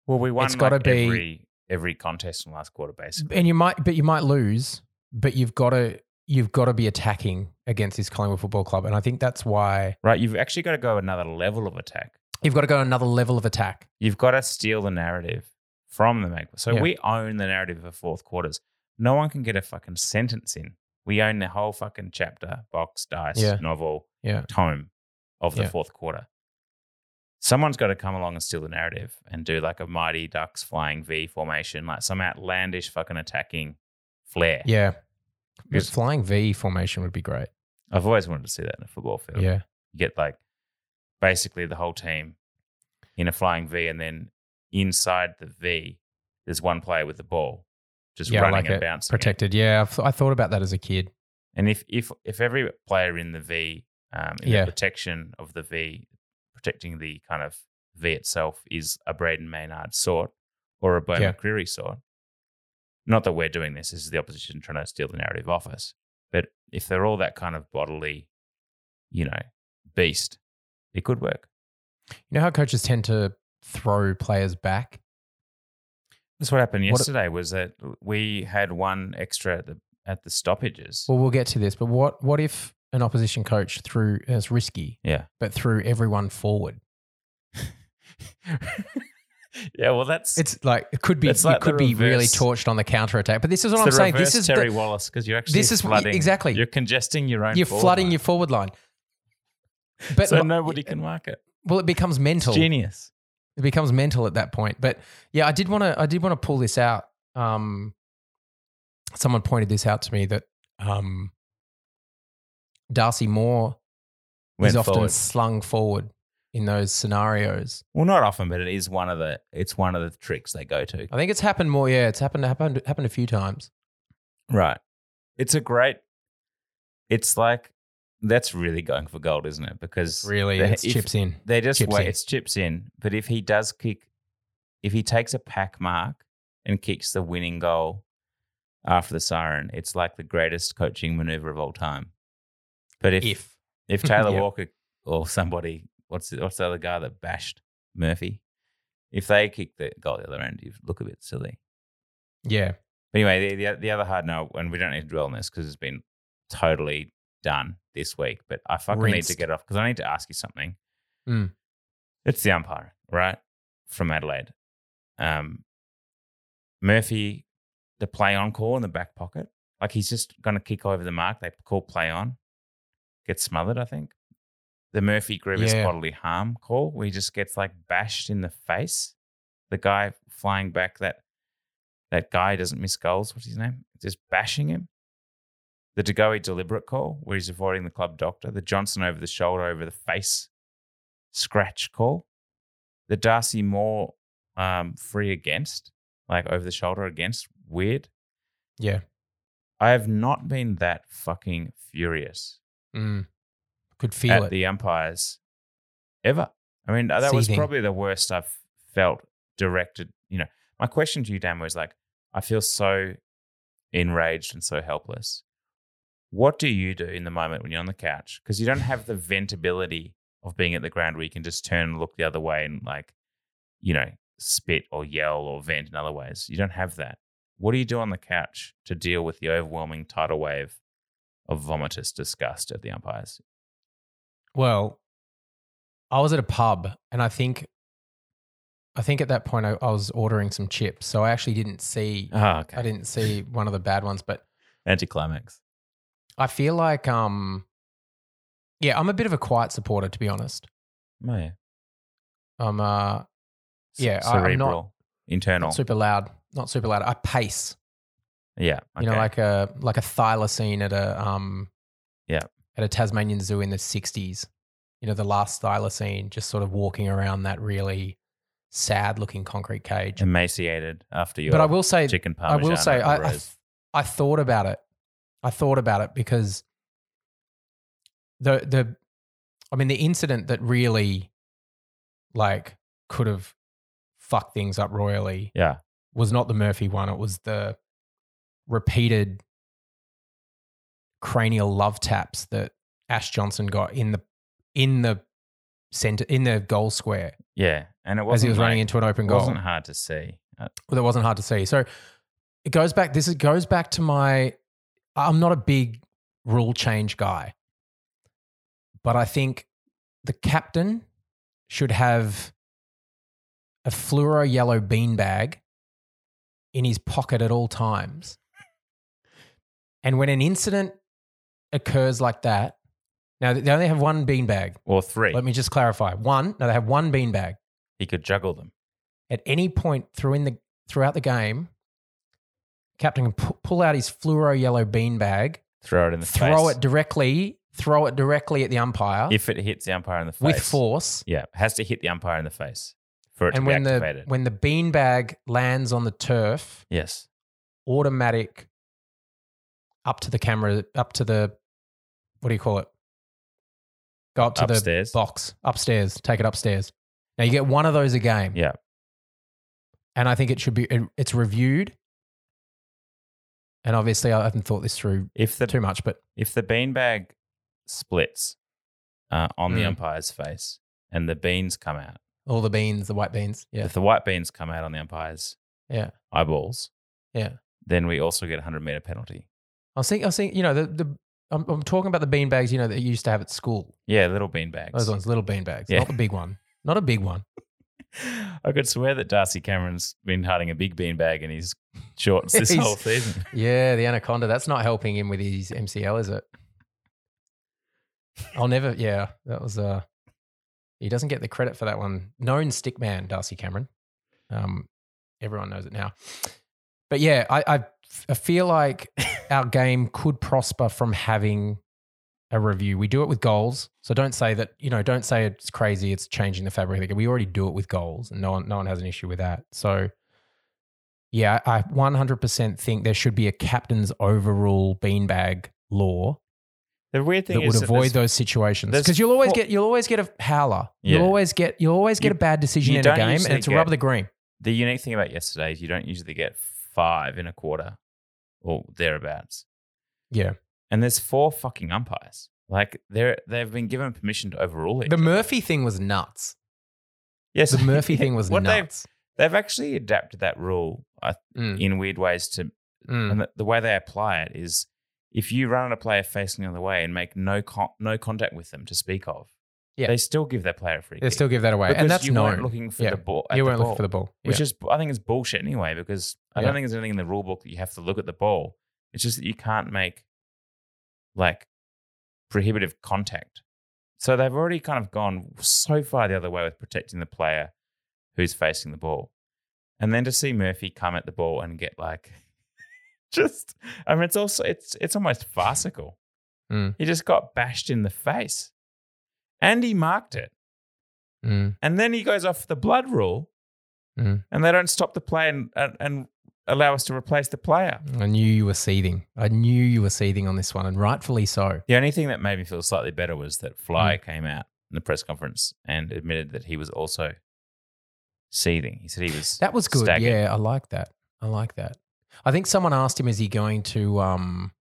B: Well, we won
A: It's gotta
B: like,
A: be-
B: every every contest in the last quarter, basically.
A: and you might but you might lose, but you've got to you've got to be attacking against this Collingwood Football Club, and I think that's why
B: Right, you've actually got to go another level of attack.
A: you've got to go another level of attack.
B: You've got to steal the narrative from the Magpies. So
A: Yeah.
B: we own the narrative for fourth quarters. No one can get a fucking sentence in. We own the whole fucking chapter, box, dice,
A: Yeah.
B: novel,
A: Yeah,
B: tome of the
A: Yeah.
B: fourth quarter. Someone's got to come along and steal the narrative and do like a mighty ducks flying V formation, like some outlandish fucking attacking flair.
A: yeah. The
B: Because-
A: flying V formation would be great.
B: I've always wanted to see that in a football field.
A: Yeah,
B: You get like basically the whole team in a flying V, and then inside the V, there's one player with the ball, just
A: yeah, I
B: running
A: like
B: and
A: it.
B: bouncing. it.
A: Protected. Yeah, I've, I thought about that as a kid.
B: And if if if every player in the V, um, in
A: Yeah.
B: the protection of the V, protecting the kind of V itself is a Braden Maynard sort or a Bo
A: Yeah.
B: McCreary sort. Not that we're doing this. This is the opposition trying to steal the narrative off us. But if they're all that kind of bodily, you know, beast, it could work.
A: You know how coaches tend to throw players back.
B: That's what happened
A: What-
B: yesterday. was that we had one extra at the at the stoppages.
A: Well, we'll get to this, but what what if an opposition coach threw? And it's risky,
B: yeah,
A: but threw everyone forward.
B: yeah, well, that's it's,
A: It's like it could be
B: It's
A: you
B: like the
A: could be really
B: reverse-
A: torched on the counter attack. But this is what
B: the
A: I'm saying.
B: reverse
A: This is
B: Terry
A: the,
B: Wallace because you're actually
A: this is-
B: flooding
A: exactly.
B: You're congesting your own.
A: you're
B: forward
A: flooding
B: line.
A: your forward line. But
B: so
A: li-
B: nobody can mark it.
A: well, it becomes mental.
B: Genius.
A: it becomes mental at that point. But yeah, I did want to I did want to pull this out. Um, someone pointed this out to me that um, Darcy Moore
B: Went
A: is often
B: forward.
A: slung forward in those scenarios.
B: Well, not often, but it is one of the it's one of the tricks they go to.
A: I think it's happened more. Yeah, it's happened happened happened a few times.
B: Right. It's a great. It's like that's really going for gold, isn't it? Because
A: Really,
B: they-
A: it's
B: if-
A: chips in.
B: They just
A: Chips
B: wait.
A: in.
B: It's chips in. But if he does kick, if he takes a pack mark and kicks the winning goal after the siren, it's like the greatest coaching maneuver of all time. But if if,
A: If
B: Taylor
A: Yeah.
B: Walker or somebody, what's the, what's the other guy that bashed Murphy? If they kick the goal the other end, you look a bit silly.
A: yeah,
B: But anyway, the, the the other hard no, and we don't need to dwell on this because it's been totally done this week. But I fucking need
A: Rinsed.
B: to get off because I need to ask you something.
A: Mm.
B: It's the umpire, right, from Adelaide. Um, Murphy, the play on call in the back pocket, like he's just going to kick over the mark. They call play on, gets smothered. I think the Murphy grievous
A: Yeah.
B: bodily harm call, where he just gets like bashed in the face. The guy flying back that that guy doesn't miss goals. What's his name? Just bashing him. The Degoe deliberate call, where he's avoiding the club doctor. The Johnson over the shoulder, over the face scratch call. The Darcy Moore um, free against, like over the shoulder against. Weird.
A: yeah.
B: I have not been that fucking furious
A: Mm. Could feel
B: at
A: it.
B: the umpires ever. I mean, that was
A: Seething.
B: probably the worst I've felt directed. You know, my question to you, Dan, was like, I feel so enraged and so helpless. What do you do in the moment when you're on the couch? Because you don't have the ventability of being at the ground where you can just turn and look the other way and like, you know, spit or yell or vent in other ways. You don't have that. What do you do on the couch to deal with the overwhelming tidal wave of vomitous disgust at the umpires?
A: Well, I was at a pub, and I think, I think at that point I, I was ordering some chips, so I actually didn't see.
B: Ah, okay.
A: I didn't see one of the bad ones, but
B: Anticlimax.
A: I feel like, um, yeah, I'm a bit of a quiet supporter, to be honest.
B: Oh, yeah.
A: I'm, uh, Yeah, I- I'm not-
B: cerebral, internal.
A: not super loud, not super loud. I pace,
B: yeah,
A: you know,
B: okay.
A: like a like a thylacine at a um,
B: Yeah.
A: at a Tasmanian zoo in the '60s. You know, the last thylacine just sort of walking around that really sad-looking concrete cage.
B: emaciated after your
A: but I will say,
B: chicken
A: I
B: parmesan.
A: will say,
B: at
A: I, I,
B: Rose.
A: th- I thought about it. I thought about it because the the, I mean, the incident that really, like, could have fucked things up royally
B: yeah,
A: was not the Murphy one. It was the repeated cranial love taps that Ash Johnson got in the in the center in the goal square
B: yeah, and it wasn't
A: as he was running
B: like-
A: into an open
B: It
A: goal.
B: wasn't hard to see. Uh,
A: Well, that wasn't hard to see. So it goes back. This is, goes back to my. I'm not a big rule change guy, but I think the captain should have a fluoro yellow beanbag in his pocket at all times. And when an incident occurs like that, now they only have one beanbag.
B: or three,
A: Let me just clarify. One, no, they have one beanbag
B: he could juggle them.
A: at any point through in the throughout the game, captain can pu- pull out his fluoro yellow bean bag,
B: Throw it in the
A: throw
B: face.
A: it directly, throw it directly at the umpire
B: if it hits the umpire in the face
A: with force.
B: Yeah, it has to hit the umpire in the face for it
A: And
B: to be
A: when the
B: activated.
A: when the bean bag lands on the turf,
B: yes,
A: automatic up to the camera, up to the what do you call it? Go up to
B: Upstairs.
A: the box upstairs. Take it upstairs. Now you get one of those a game.
B: yeah,
A: and I think it should be it, it's reviewed. And obviously, I haven't thought this through
B: if the
A: too much, but
B: if the beanbag splits uh, on the
A: Mm.
B: umpire's face and the beans come out,
A: all the beans, the white beans, yeah,
B: if the white beans come out on the umpire's
A: yeah,
B: eyeballs,
A: yeah.
B: then we also get a 100 meter penalty.
A: I was thinking, I was thinking, you know, the, the I'm, I'm talking about the bean bags, you know, that you used to have at school.
B: Yeah, little bean bags.
A: Those ones, little bean bags,
B: Yeah.
A: not the big one, not a big one.
B: I could swear that Darcy Cameron's been hiding a big beanbag in his shorts this
A: He's-
B: whole season.
A: Yeah, the anaconda. That's not helping him with his MCL, is it? I'll never. Yeah, that was. Uh, he doesn't get the credit for that one. Known stickman, Darcy Cameron. Um, everyone knows it now. But yeah, I, I, I feel like our game could prosper from having a review. We do it with goals, so don't say that. You know, don't say it's crazy. It's changing the fabric. of the game. We already do it with goals, and no one, no one has an issue with that. So. Yeah, I 100% think there should be a captain's overrule beanbag law
B: The weird thing
A: that
B: is
A: would
B: that
A: avoid
B: there's-
A: those situations
B: there's
A: because you'll always
B: four-
A: get you'll always get a howler.
B: Yeah.
A: You'll always get you'll always get
B: You-
A: a bad decision
B: you
A: in a
B: don't
A: game, and
B: usually
A: it's a rub
B: get-
A: of the green.
B: the unique thing about yesterday is you don't usually get five in a quarter or thereabouts.
A: Yeah,
B: And there's four fucking umpires. Like they're they've been given permission to overrule it.
A: the Murphy thing was nuts.
B: yes,
A: The Murphy thing was
B: What they've-
A: nuts.
B: They've actually adapted that rule I,
A: Mm,
B: in weird ways to,
A: mm.
B: and the, the way they apply it is if you run at a player facing the other way and make no con- no contact with them to speak of,
A: Yeah.
B: they still give their player a free.
A: They
B: kick
A: still give that away,
B: because
A: and that's
B: you
A: known.
B: weren't looking for
A: Yeah.
B: the ball. at
A: You
B: the
A: weren't
B: ball.
A: looking for the ball,
B: which
A: Yeah.
B: is I think it's bullshit anyway because I
A: Yeah.
B: don't think there's anything in the rule book that you have to look at the ball. It's just that you can't make like prohibitive contact. So they've already kind of gone so far the other way with protecting the player who's facing the ball. And then to see Murphy come at the ball and get like just I mean it's also it's it's almost farcical.
A: Mm.
B: He just got bashed in the face. And he marked it.
A: Mm.
B: And then he goes off the blood rule,
A: Mm.
B: and they don't stop the play and, and, and allow us to replace the player.
A: I knew you were seething. I knew you were seething on this one, and rightfully so.
B: The only thing that made me feel slightly better was that Fly
A: Mm.
B: came out in the press conference and admitted that he was also seething. He said he was
A: That was good.
B: staggered.
A: Yeah, I like that. I like that. I think someone asked him, "Is he going to, um,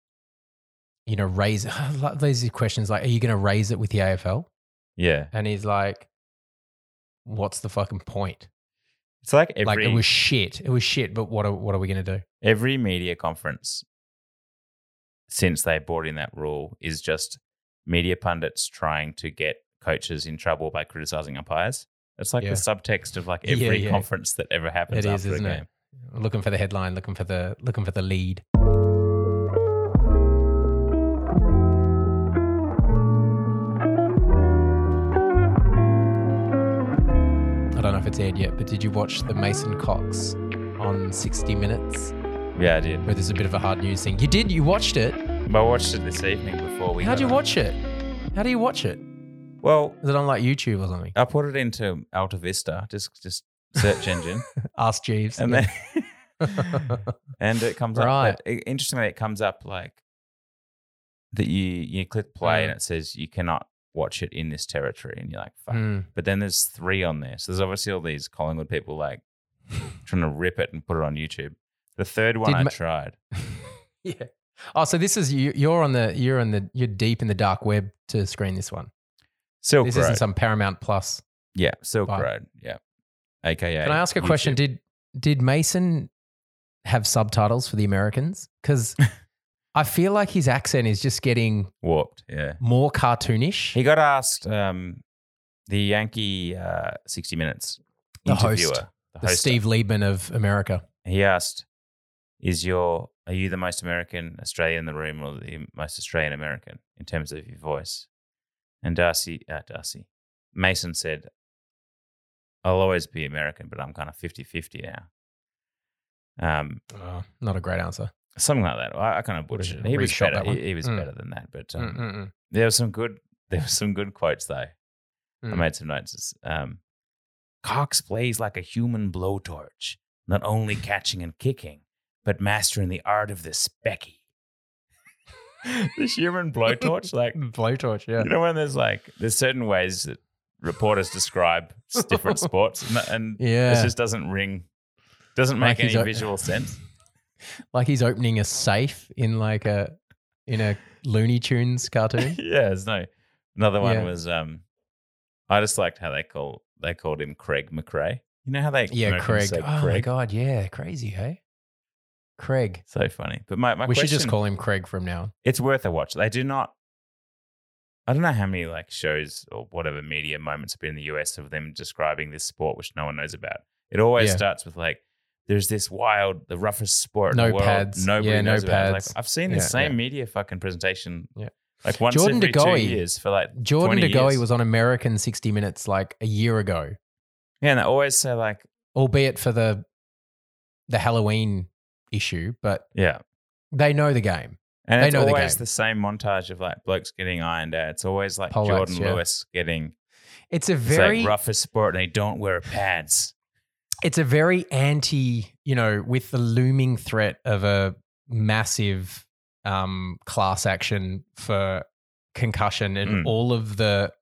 A: you know, raise like these questions like, are you going to raise it with the AFL?"
B: yeah.
A: And he's like, "What's the fucking point?
B: It's like every
A: like, it was shit. It was shit. But what are what are we going to do?"
B: every media conference since they brought in that rule is just media pundits trying to get coaches in trouble by criticizing umpires. It's like
A: Yeah.
B: the subtext of like
A: Yeah,
B: every
A: yeah.
B: conference that ever happens
A: It is,
B: after a
A: isn't
B: game.
A: it? Looking for the headline. Looking for the looking for the lead. I don't know if it's aired yet, but did you watch the Mason Cox on 60 Minutes?
B: Yeah, I did.
A: Where there's a bit of a hard news thing. You did. You watched it.
B: But I watched it this evening before we.
A: How'd
B: got
A: you
B: on.
A: watch it? How do you watch it?
B: Well,
A: Is it on like YouTube or something?
B: I put it into Alta Vista, just just search engine,
A: Ask Jeeves.
B: and
A: Yeah.
B: then and it comes
A: Right.
B: up. but i- Interestingly, it comes up like that. You you click play and
A: Mm.
B: it says you cannot watch it in this territory, and you're like, fuck.
A: Mm.
B: But then there's three on there, so there's obviously all these Collingwood people like trying to rip it and put it on YouTube. The third one
A: Did
B: I
A: Ma-
B: tried.
A: Yeah. Oh, so this is you, you're on the you're on the you're deep in the dark web to screen this one.
B: Silk
A: this
B: Road.
A: isn't some Paramount Plus.
B: yeah, Silk
A: Right.
B: Road. Yeah. AKA.
A: Can I ask a question? Did
B: YouTube.
A: did Mason have subtitles for the Americans? Because I feel like his accent is just getting
B: Warped. Yeah.
A: more cartoonish.
B: He got asked um, the Yankee uh, 60 Minutes
A: The host.
B: interviewer,
A: the Steve Liebman of America.
B: He asked, "Is your are you the most American Australian in the room, or the most Australian American in terms of your voice?" And Darcy, uh, Darcy, Mason said, "I'll always be American, but I'm kind of 50-50 now." Um,
A: Oh, not a great answer.
B: something like that. I, I kind of butchered it. He was
A: Reshot
B: better.
A: that one.
B: He, he was
A: Mm.
B: better than that, but um,
A: Mm, mm, mm.
B: there was some good. There were some good quotes though. I
A: Mm.
B: made some notes. It's, Um, Cox plays like a human blowtorch, not only catching and kicking, but mastering the art of the specky. this human blowtorch, like
A: Blowtorch, yeah.
B: you know, when there's like there's certain ways that reporters describe s- different sports, and, that- and
A: Yeah.
B: it just doesn't ring, doesn't
A: Like
B: make
A: he's
B: any
A: o-
B: visual sense.
A: Like he's opening a safe in like a in a Looney Tunes cartoon.
B: yeah, there's no. Another one
A: Yeah.
B: was um, I just liked how they call they called him Craig McRae. You know how they
A: Yeah,
B: Americans
A: Craig.
B: say
A: Oh my
B: Craig?
A: god, yeah, crazy, hey. Craig.
B: So funny. But my, my
A: we
B: question,
A: should just call him Craig from now on.
B: it's worth a watch. They do not I don't know how many like shows or whatever media moments have been in the US of them describing this sport which no one knows about. It always
A: Yeah.
B: starts with like there's this wild, the roughest sport in
A: No
B: the world.
A: pads.
B: Nobody
A: Yeah, no
B: knows about.
A: pads.
B: It's Like I've seen the
A: Yeah,
B: same
A: yeah.
B: media fucking presentation.
A: Yeah.
B: Like once
A: Jordan
B: every
A: DeGoey-
B: two years for like
A: Jordan
B: 20
A: DeGoey
B: years.
A: was on American 60 Minutes like a year ago,
B: Yeah, and they always say like,
A: albeit for the the Halloween issue, but
B: yeah.
A: they know the game.
B: And
A: They
B: it's
A: know the
B: always
A: game.
B: the, same montage of like blokes getting ironed out. It's always like
A: Poleaxes,
B: Jordan
A: yeah.
B: Lewis getting
A: It's a
B: it's
A: very
B: like roughest sport and they don't wear pads.
A: it's a very anti, you know, with the looming threat of a massive um, class action for concussion and
B: Mm.
A: all of the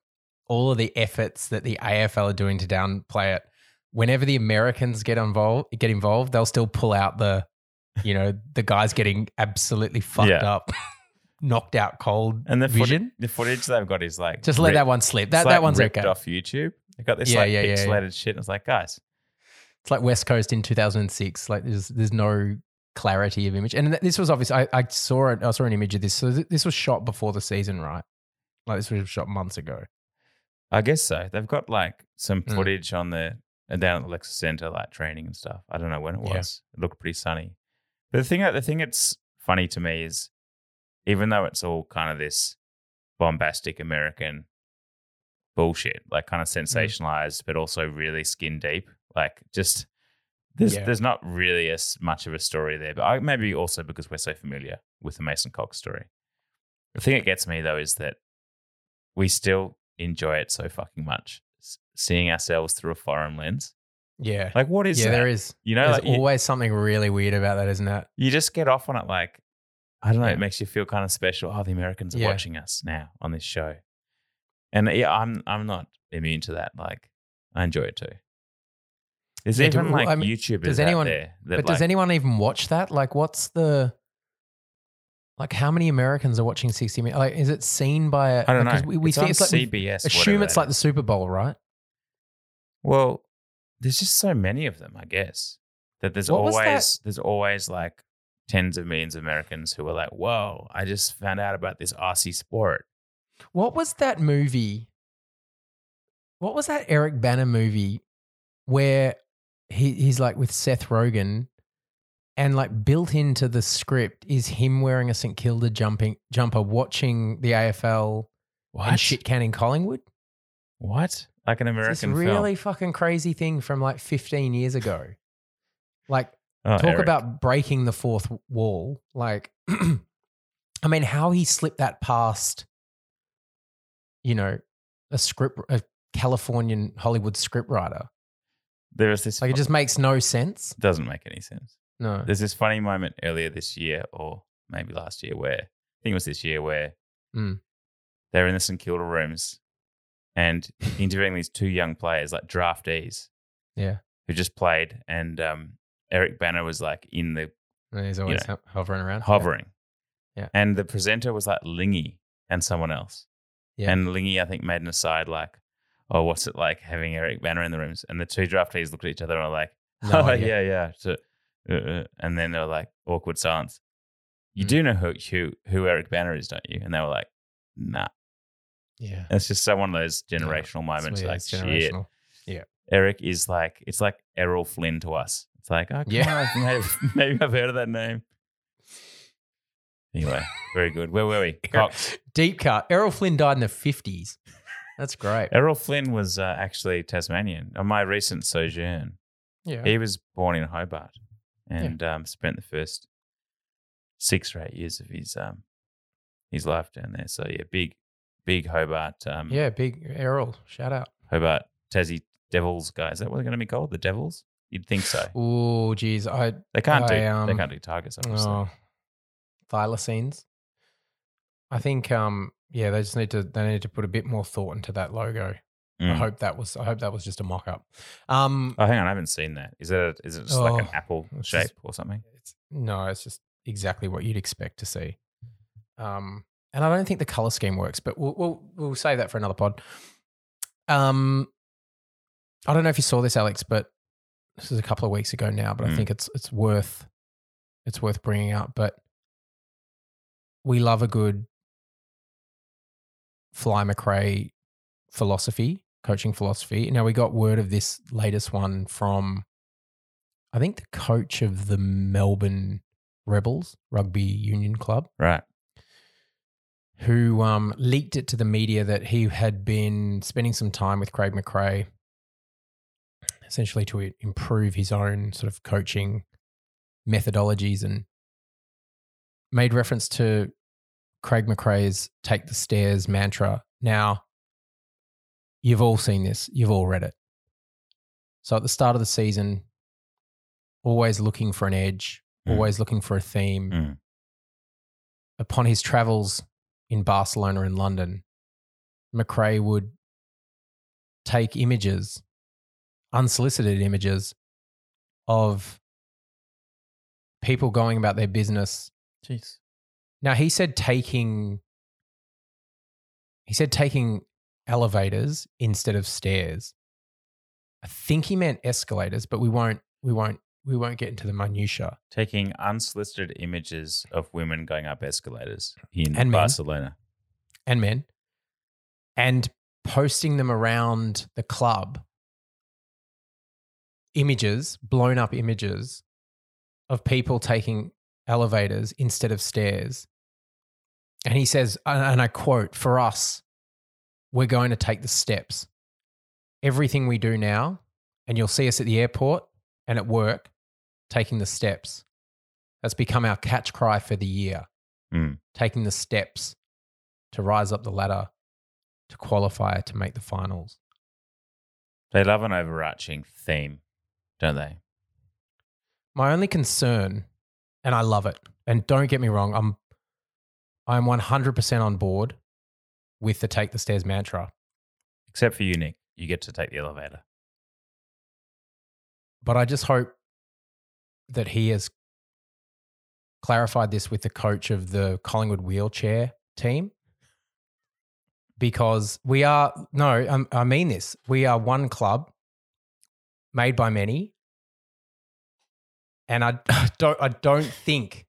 A: all of the efforts that the AFL are doing to downplay it. Whenever the Americans get involved, get involved, they'll still pull out the, you know, the guys getting absolutely fucked
B: Yeah.
A: up, knocked out cold,
B: And the
A: vision.
B: footage, the footage they've got is like
A: Just let
B: rip-
A: that one slip. That
B: it's,
A: that
B: like,
A: one's
B: ripped
A: okay.
B: off YouTube. They got this
A: Yeah,
B: like
A: yeah, yeah, yeah.
B: pixelated shit. And it's like, guys,
A: It's like West Coast in 2006. Like there's there's no clarity of image, and th- this was obviously I, I saw it. I saw an image of this. So th- this was shot before the season, right? Like this was shot months ago.
B: I guess so. They've got like some
A: Mm.
B: footage on the uh, down at the Lexus Center, like training and stuff. I don't know when it
A: Yeah.
B: was. It looked pretty sunny. But the thing, the thing that's funny to me is, even though it's all kind of this bombastic American bullshit, like kind of
A: Mm.
B: sensationalized, but also really skin deep, like just. There's,
A: Yeah.
B: there's not really as much of a story there, but I, maybe also because we're so familiar with the Mason Cox story. The thing that gets me though is that we still enjoy it so fucking much. S- seeing ourselves through a foreign lens,
A: Yeah,
B: like what is
A: yeah.
B: that?
A: There is.
B: You know,
A: there's
B: like, you-
A: always something really weird about that, isn't it?
B: You just get off on it. Like I don't know,
A: Yeah.
B: it makes you feel kind of special. Oh, the Americans are
A: Yeah.
B: watching us now on this show, and yeah, I'm I'm not immune to that. Like I enjoy it too. There's
A: Yeah, do-
B: even like
A: I mean,
B: YouTubers
A: does
B: out
A: anyone-
B: there that
A: but does
B: like-
A: anyone even watch that? Like, what's the like? How many Americans are watching 60 Minutes? Like, is it seen by? A,
B: I don't
A: because
B: know.
A: We, we
B: it's
A: think
B: on
A: it's like we
B: CBS.
A: assume
B: whatever
A: it's
B: that
A: like the
B: is.
A: Super Bowl, right?
B: Well, there's just so many of them, I guess. That there's
A: What was that?
B: always there's always like tens of millions of Americans who are like, "Whoa, I just found out about this Aussie sport."
A: What was that movie? What was that Eric Banner movie where he, he's like with Seth Rogen and like built into the script is him wearing a St Kilda jumping jumper watching the AFL and shit canning Collingwood?
B: What? Like an
A: It's this
B: American
A: really
B: film?
A: fucking crazy thing from like 15 years ago. Like
B: Oh,
A: talk
B: Eric.
A: about breaking the fourth wall. Like, I mean, how he slipped that past, you know, a script, a Californian Hollywood scriptwriter.
B: there was this.
A: Like, it
B: fu-
A: just makes no sense.
B: doesn't make any sense.
A: No.
B: There's this funny moment earlier this year, or maybe last year, where I think it was this year, where
A: Mm.
B: they're in the St Kilda rooms and interviewing these two young players, like draftees,
A: Yeah.
B: who just played, and um, Eric Banner was like in the
A: And he's always
B: know,
A: ho- hovering around.
B: hovering.
A: Yeah.
B: And the presenter was like Lingy and someone else.
A: Yeah.
B: And Lingy, I think, made an aside like, oh, what's it like having Eric Banner in the rooms? And the two draftees looked at each other and were like,
A: No
B: oh,
A: idea.
B: yeah, yeah. So, uh, uh, and then they were like, awkward silence. You
A: Mm.
B: do know who, who, who Eric Banner is, don't you? And they were like, nah.
A: Yeah.
B: And it's just so one of those generational
A: It's
B: moments.
A: weird,
B: Like,
A: it's
B: shit, Eric is like, it's like Errol Flynn to us. It's like, okay,
A: Yeah.
B: maybe, maybe I've heard of that name. Anyway, very good. Where were we? Cox.
A: Deep cut. Errol Flynn died in the 50s. That's great.
B: Errol Flynn was uh, actually Tasmanian. On my recent sojourn,
A: Yeah.
B: he was born in Hobart and um, spent the first six or eight years of his um, his life down there. So yeah, big, big Hobart, um,
A: yeah. Big Errol. Shout out.
B: Hobart Tassie Devils guy. Is that what they're going to be called? The Devils? You'd think so.
A: Oh, geez. I,
B: They can't do
A: I, um,
B: they can't do targets. Obviously.
A: Oh, thylacines. I think, um, yeah, they just need to they need to put a bit more thought into that logo. I
B: Mm.
A: hope that was I hope that was just a mock up. Um,
B: Oh, hang on, I haven't seen that. Is it a, is it just like an
A: Oh,
B: apple
A: it's
B: shape
A: just-
B: or something?
A: it's, no, it's just exactly what you'd expect to see. Um, and I don't think the color scheme works, but we'll we'll, we'll save that for another pod. Um, I don't know if you saw this, Alex, but this is a couple of weeks ago now, but I
B: Mm.
A: think it's it's worth it's worth bringing up. But we love a good Fly McRae philosophy, coaching philosophy. Now we got word of this latest one from, I think the coach of the Melbourne Rebels Rugby Union Club,
B: Right.
A: who um, leaked it to the media that he had been spending some time with Craig McRae, essentially to improve his own sort of coaching methodologies and made reference to Craig McRae's take the stairs mantra. Now, you've all seen this, you've all read it. So at the start of the season, always looking for an edge,
B: Mm.
A: always looking for a theme.
B: Mm.
A: Upon his travels in Barcelona and London, McRae would take images, unsolicited images of people going about their business
B: Jeez.
A: now he said taking he said taking elevators instead of stairs. I think he meant escalators, but we won't we won't we won't get into the minutia.
B: Taking unsolicited images of women going up escalators in
A: And men.
B: Barcelona.
A: and men and posting them around the club images blown up images of people taking elevators instead of stairs and he says and and i quote for us we're going to take the steps everything we do now and you'll see us at the airport and at work taking the steps that's become our catch cry for the year
B: Mm.
A: taking the steps to rise up the ladder to qualify to make the finals.
B: They love an overarching theme, don't they?
A: My only concern, and I love it, and don't get me wrong, I'm I'm 100% on board with the take the stairs mantra,
B: Except for you, Nick. You get to take the elevator.
A: but I just hope that he has clarified this with the coach of the Collingwood wheelchair team because we are no, I'm- I mean this. We are one club made by many, and I don't, I don't think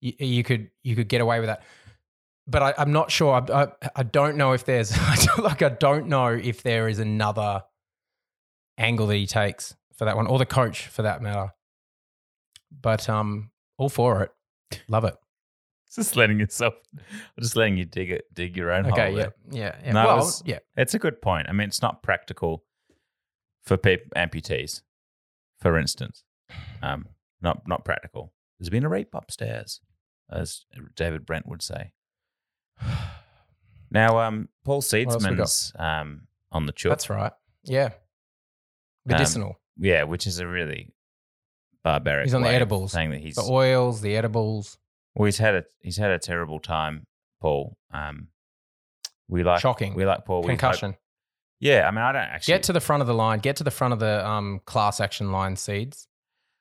A: you, you could you could get away with that. But I, I'm not sure. I, I, I don't know if there's like I don't know if there is another angle that he takes for that one, or the coach for that matter. But um, all for it, love it.
B: Just letting yourself, just letting you dig it, dig your own
A: Okay,
B: hole.
A: yeah,
B: there.
A: yeah, yeah.
B: No, it
A: well,
B: was-
A: yeah,
B: It's a good point. I mean, it's not practical for peop amputees, for instance. Um, not not practical. There's been a rape upstairs, as David Brent would say. Now, um, Paul
A: else we got?
B: Seedsman's um, on the church.
A: that's right.
B: Um,
A: Yeah, medicinal.
B: Yeah, which is a really barbaric.
A: He's on the
B: way of
A: edibles.
B: saying that he's
A: the oils, the edibles,
B: well, he's had a he's had a terrible time, Paul. Um, we like
A: Shocking.
B: We like Paul. We hope-
A: concussion.
B: yeah, I mean, I don't actually
A: Get to the front of the line. Get to the front of the um, class action line seeds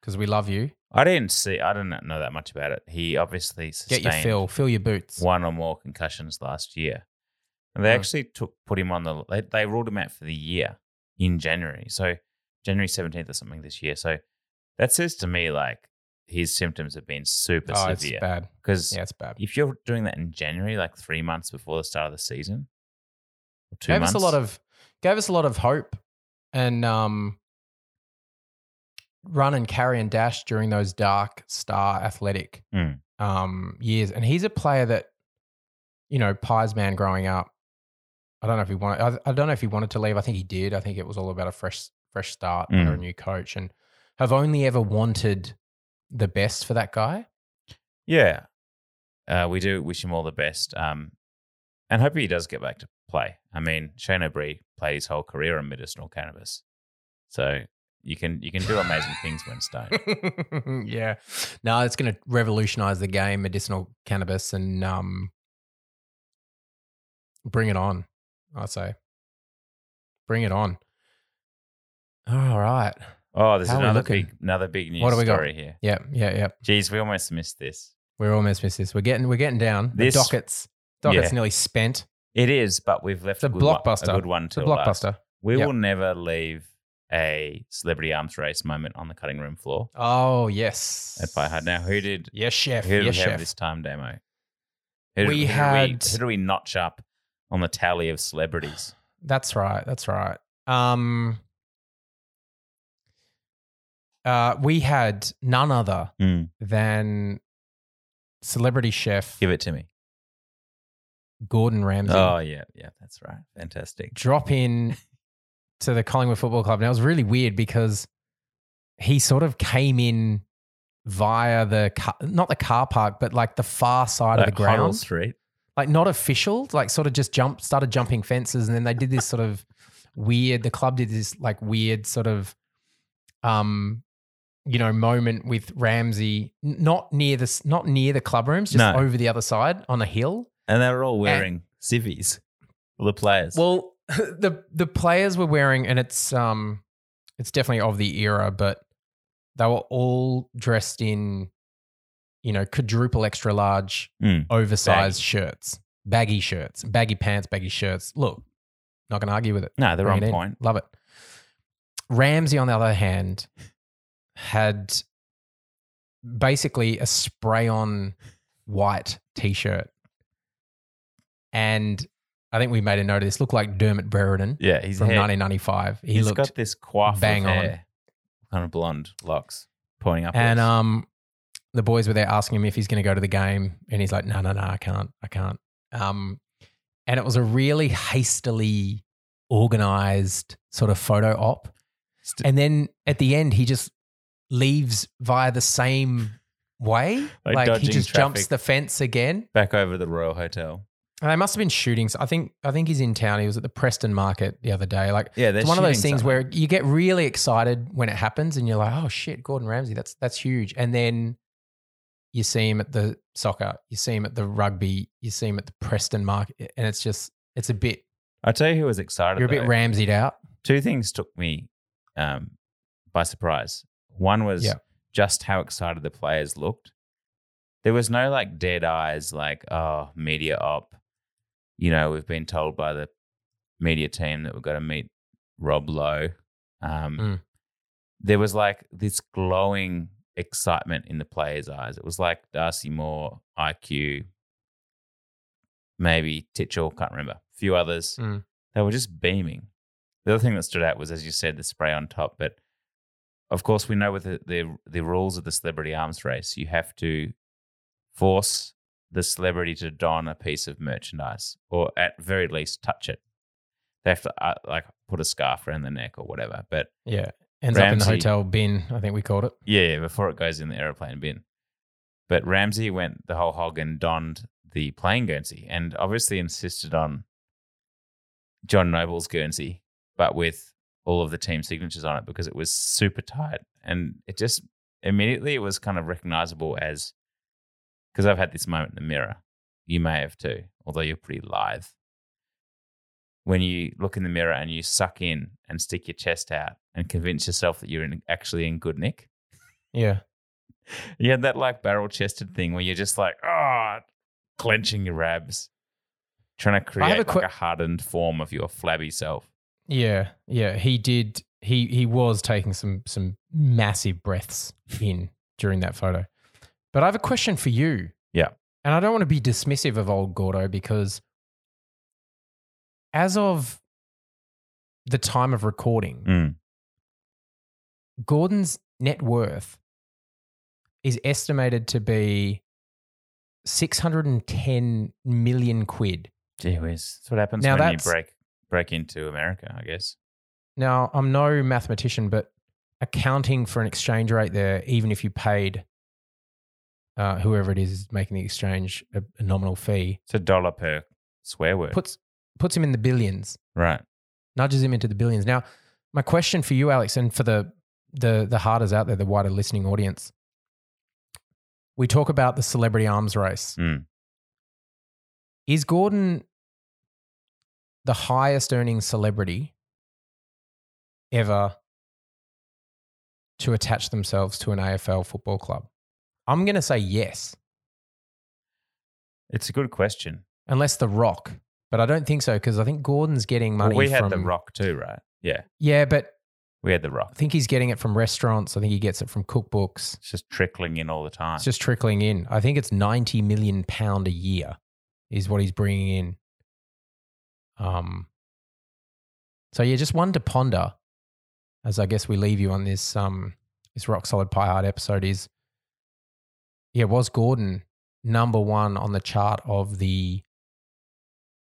A: because we love you.
B: I didn't see. I didn't know that much about it. He obviously
A: Get
B: sustained
A: your fill. Fill your boots.
B: one or more concussions last year, and they
A: Hmm.
B: actually took put him on the. They, they ruled him out for the year in January. So January seventeenth or something this year. So that says to me like his symptoms have been super
A: Oh, it's
B: severe
A: bad.
B: because
A: Yeah, it's bad.
B: if you're doing that in January, like three months before the start of the season, or two
A: gave
B: months,
A: us a lot of gave us a lot of hope and um run and carry and dash during those dark star athletic
B: Mm.
A: um years and he's a player that you know pies man growing up i don't know if he wanted I, I don't know if he wanted to leave i think he did i think it was all about a fresh fresh start under a
B: Mm.
A: new coach and have only ever wanted the best for that guy
B: yeah. Uh, we do wish him all the best, um, and hope he does get back to play. I mean, Shane O'Brien played his whole career on medicinal cannabis, so you can you can do amazing things when stoned.
A: yeah. No, it's going to revolutionize the game, medicinal cannabis, and um, bring it on, I'd say. Bring it on. All right.
B: Oh, there's
A: How are we
B: another
A: looking?
B: big another big news
A: What do we got?
B: story here.
A: Yeah, yeah, yeah.
B: Geez, we almost missed this.
A: We're almost missed this. We're getting we're getting down.
B: This-
A: the dockets. Dockets
B: Yeah.
A: nearly spent.
B: It is, but we've left
A: The
B: a good one-
A: blockbuster.
B: a good one
A: It's a
B: till last.
A: blockbuster.
B: We
A: Yep.
B: will never leave a celebrity arms race moment on the cutting room floor.
A: Oh yes.
B: at Hard Now, who did
A: Yes, chef.
B: who did
A: yes,
B: we have
A: chef.
B: this time demo? Who,
A: We
B: who do
A: had-
B: who do we notch up on the tally of celebrities?
A: That's right. That's right. Um, uh, we had none other
B: Hmm.
A: than celebrity chef
B: Give it to me.
A: Gordon Ramsay
B: Oh yeah, yeah, that's right. Fantastic.
A: drop in to the Collingwood Football Club. Now it was really weird because he sort of came in via the car, not the car park, but like the far side of
B: Like
A: the ground.
B: Huddle Street.
A: like not official, like sort of just jumped, started jumping fences, and then they did this sort of weird. The club did this like weird sort of, um, you know, moment with Ramsey, n- not near this, not near the club rooms, just
B: No.
A: over the other side on a hill.
B: And they were all wearing civvies. All the players.
A: Well, the the players were wearing, and it's um, it's definitely of the era, but they were all dressed in, you know, quadruple extra large,
B: Mm.
A: oversized shirts, baggy shirts, baggy pants, baggy shirts. Look, not going to argue with it.
B: no, they're
A: Bring
B: on
A: it in.
B: point.
A: Love it. Ramsey, on the other hand, had basically a spray on white t shirt. And I think we made a note of this. Looked like Dermot Brereton
B: Yeah, he's
A: from
B: hair,
A: 1995. He
B: he's
A: looked
B: got this coif
A: bang
B: of
A: on.
B: hair, kind of blonde locks pointing up.
A: And um, the boys were there asking him if he's going to go to the game, and he's like, "No, no, no, I can't, I can't." Um, and it was a really hastily organized sort of photo op.
B: St-
A: and then at the end, he just leaves via the same way,
B: Like
A: like, he
B: dodging
A: just jumps
B: traffic.
A: the fence again.
B: back over the Royal Hotel.
A: And they must have been shooting. I think I think he's in town. He was at the Preston Market the other day. Like
B: Yeah, they're
A: it's one of those
B: shooting
A: things
B: something.
A: where you get really excited when it happens, and you're like, "Oh shit, Gordon Ramsay, that's that's huge." And then you see him at the soccer, you see him at the rugby, you see him at the Preston Market, and it's just it's a bit
B: I tell you who was excited.
A: you're a bit
B: though.
A: Ramsayed out.
B: Two things took me um, by surprise. One was
A: Yeah.
B: just how excited the players looked. There was no like dead eyes, like oh media op. You know, we've been told by the media team that we've got to meet Rob Lowe. Um,
A: Mm.
B: There was like this glowing excitement in the players' eyes. It was like Darcy Moore, IQ, maybe Titchell, can't remember, a few others.
A: Mm.
B: They were just beaming. The other thing that stood out was, as you said, the spray on top. But of course, we know with the, the, the rules of the celebrity arms race, you have to force the celebrity to don a piece of merchandise or at very least touch it. They have to uh, like put a scarf around the neck or whatever. But
A: Yeah, ends up in the
B: Ramsey-
A: hotel bin. I think we called it.
B: yeah, yeah, before it goes in the aeroplane bin. But Ramsey went the whole hog and donned the plain Guernsey and obviously insisted on John Noble's Guernsey, but with all of the team signatures on it because it was super tight. And it just immediately it was kind of recognizable as because I've had this moment in the mirror. You may have too, although you're pretty lithe. When you look in the mirror and you suck in and stick your chest out and convince yourself that you're in, actually in good nick,
A: Yeah,
B: you had that like barrel chested thing where you're just like, oh, clenching your abs, trying to create
A: a
B: like
A: que-
B: a hardened form of your flabby self.
A: yeah, yeah. He did. He he was taking some some massive breaths in during that photo. But I have a question for you.
B: Yeah.
A: And I don't want to be dismissive of old Gordo because as of the time of recording,
B: Mm.
A: Gordon's net worth is estimated to be 610 million quid.
B: Gee whiz. That's what happens
A: Now
B: when you
A: that's-
B: break break into America, I guess.
A: Now, I'm no mathematician, but accounting for an exchange rate there, even if you paid uh, whoever it is is making the exchange a, a nominal fee,
B: It's a dollar per swear word.
A: puts puts him in the billions,
B: right.
A: nudges him into the billions. Now, my question for you, Alex, and for the the the harders out there, the wider listening audience, we talk about the celebrity arms race.
B: Mm.
A: Is Gordon the highest earning celebrity ever to attach themselves to an AFL football club? I'm going to say yes,
B: It's a good question.
A: unless The Rock, but I don't think so because I think Gordon's getting money.
B: Well, we had
A: from,
B: the rock too, right? Yeah.
A: Yeah, but
B: We had the
A: I
B: rock.
A: think he's getting it from restaurants. I think he gets it from cookbooks.
B: It's just trickling in all the time.
A: It's just trickling in. I think it's ninety million pound a year is what he's bringing in. Um, so yeah, just one to ponder as I guess we leave you on this um this rock solid pie hard episode is yeah was Gordon number one on the chart of the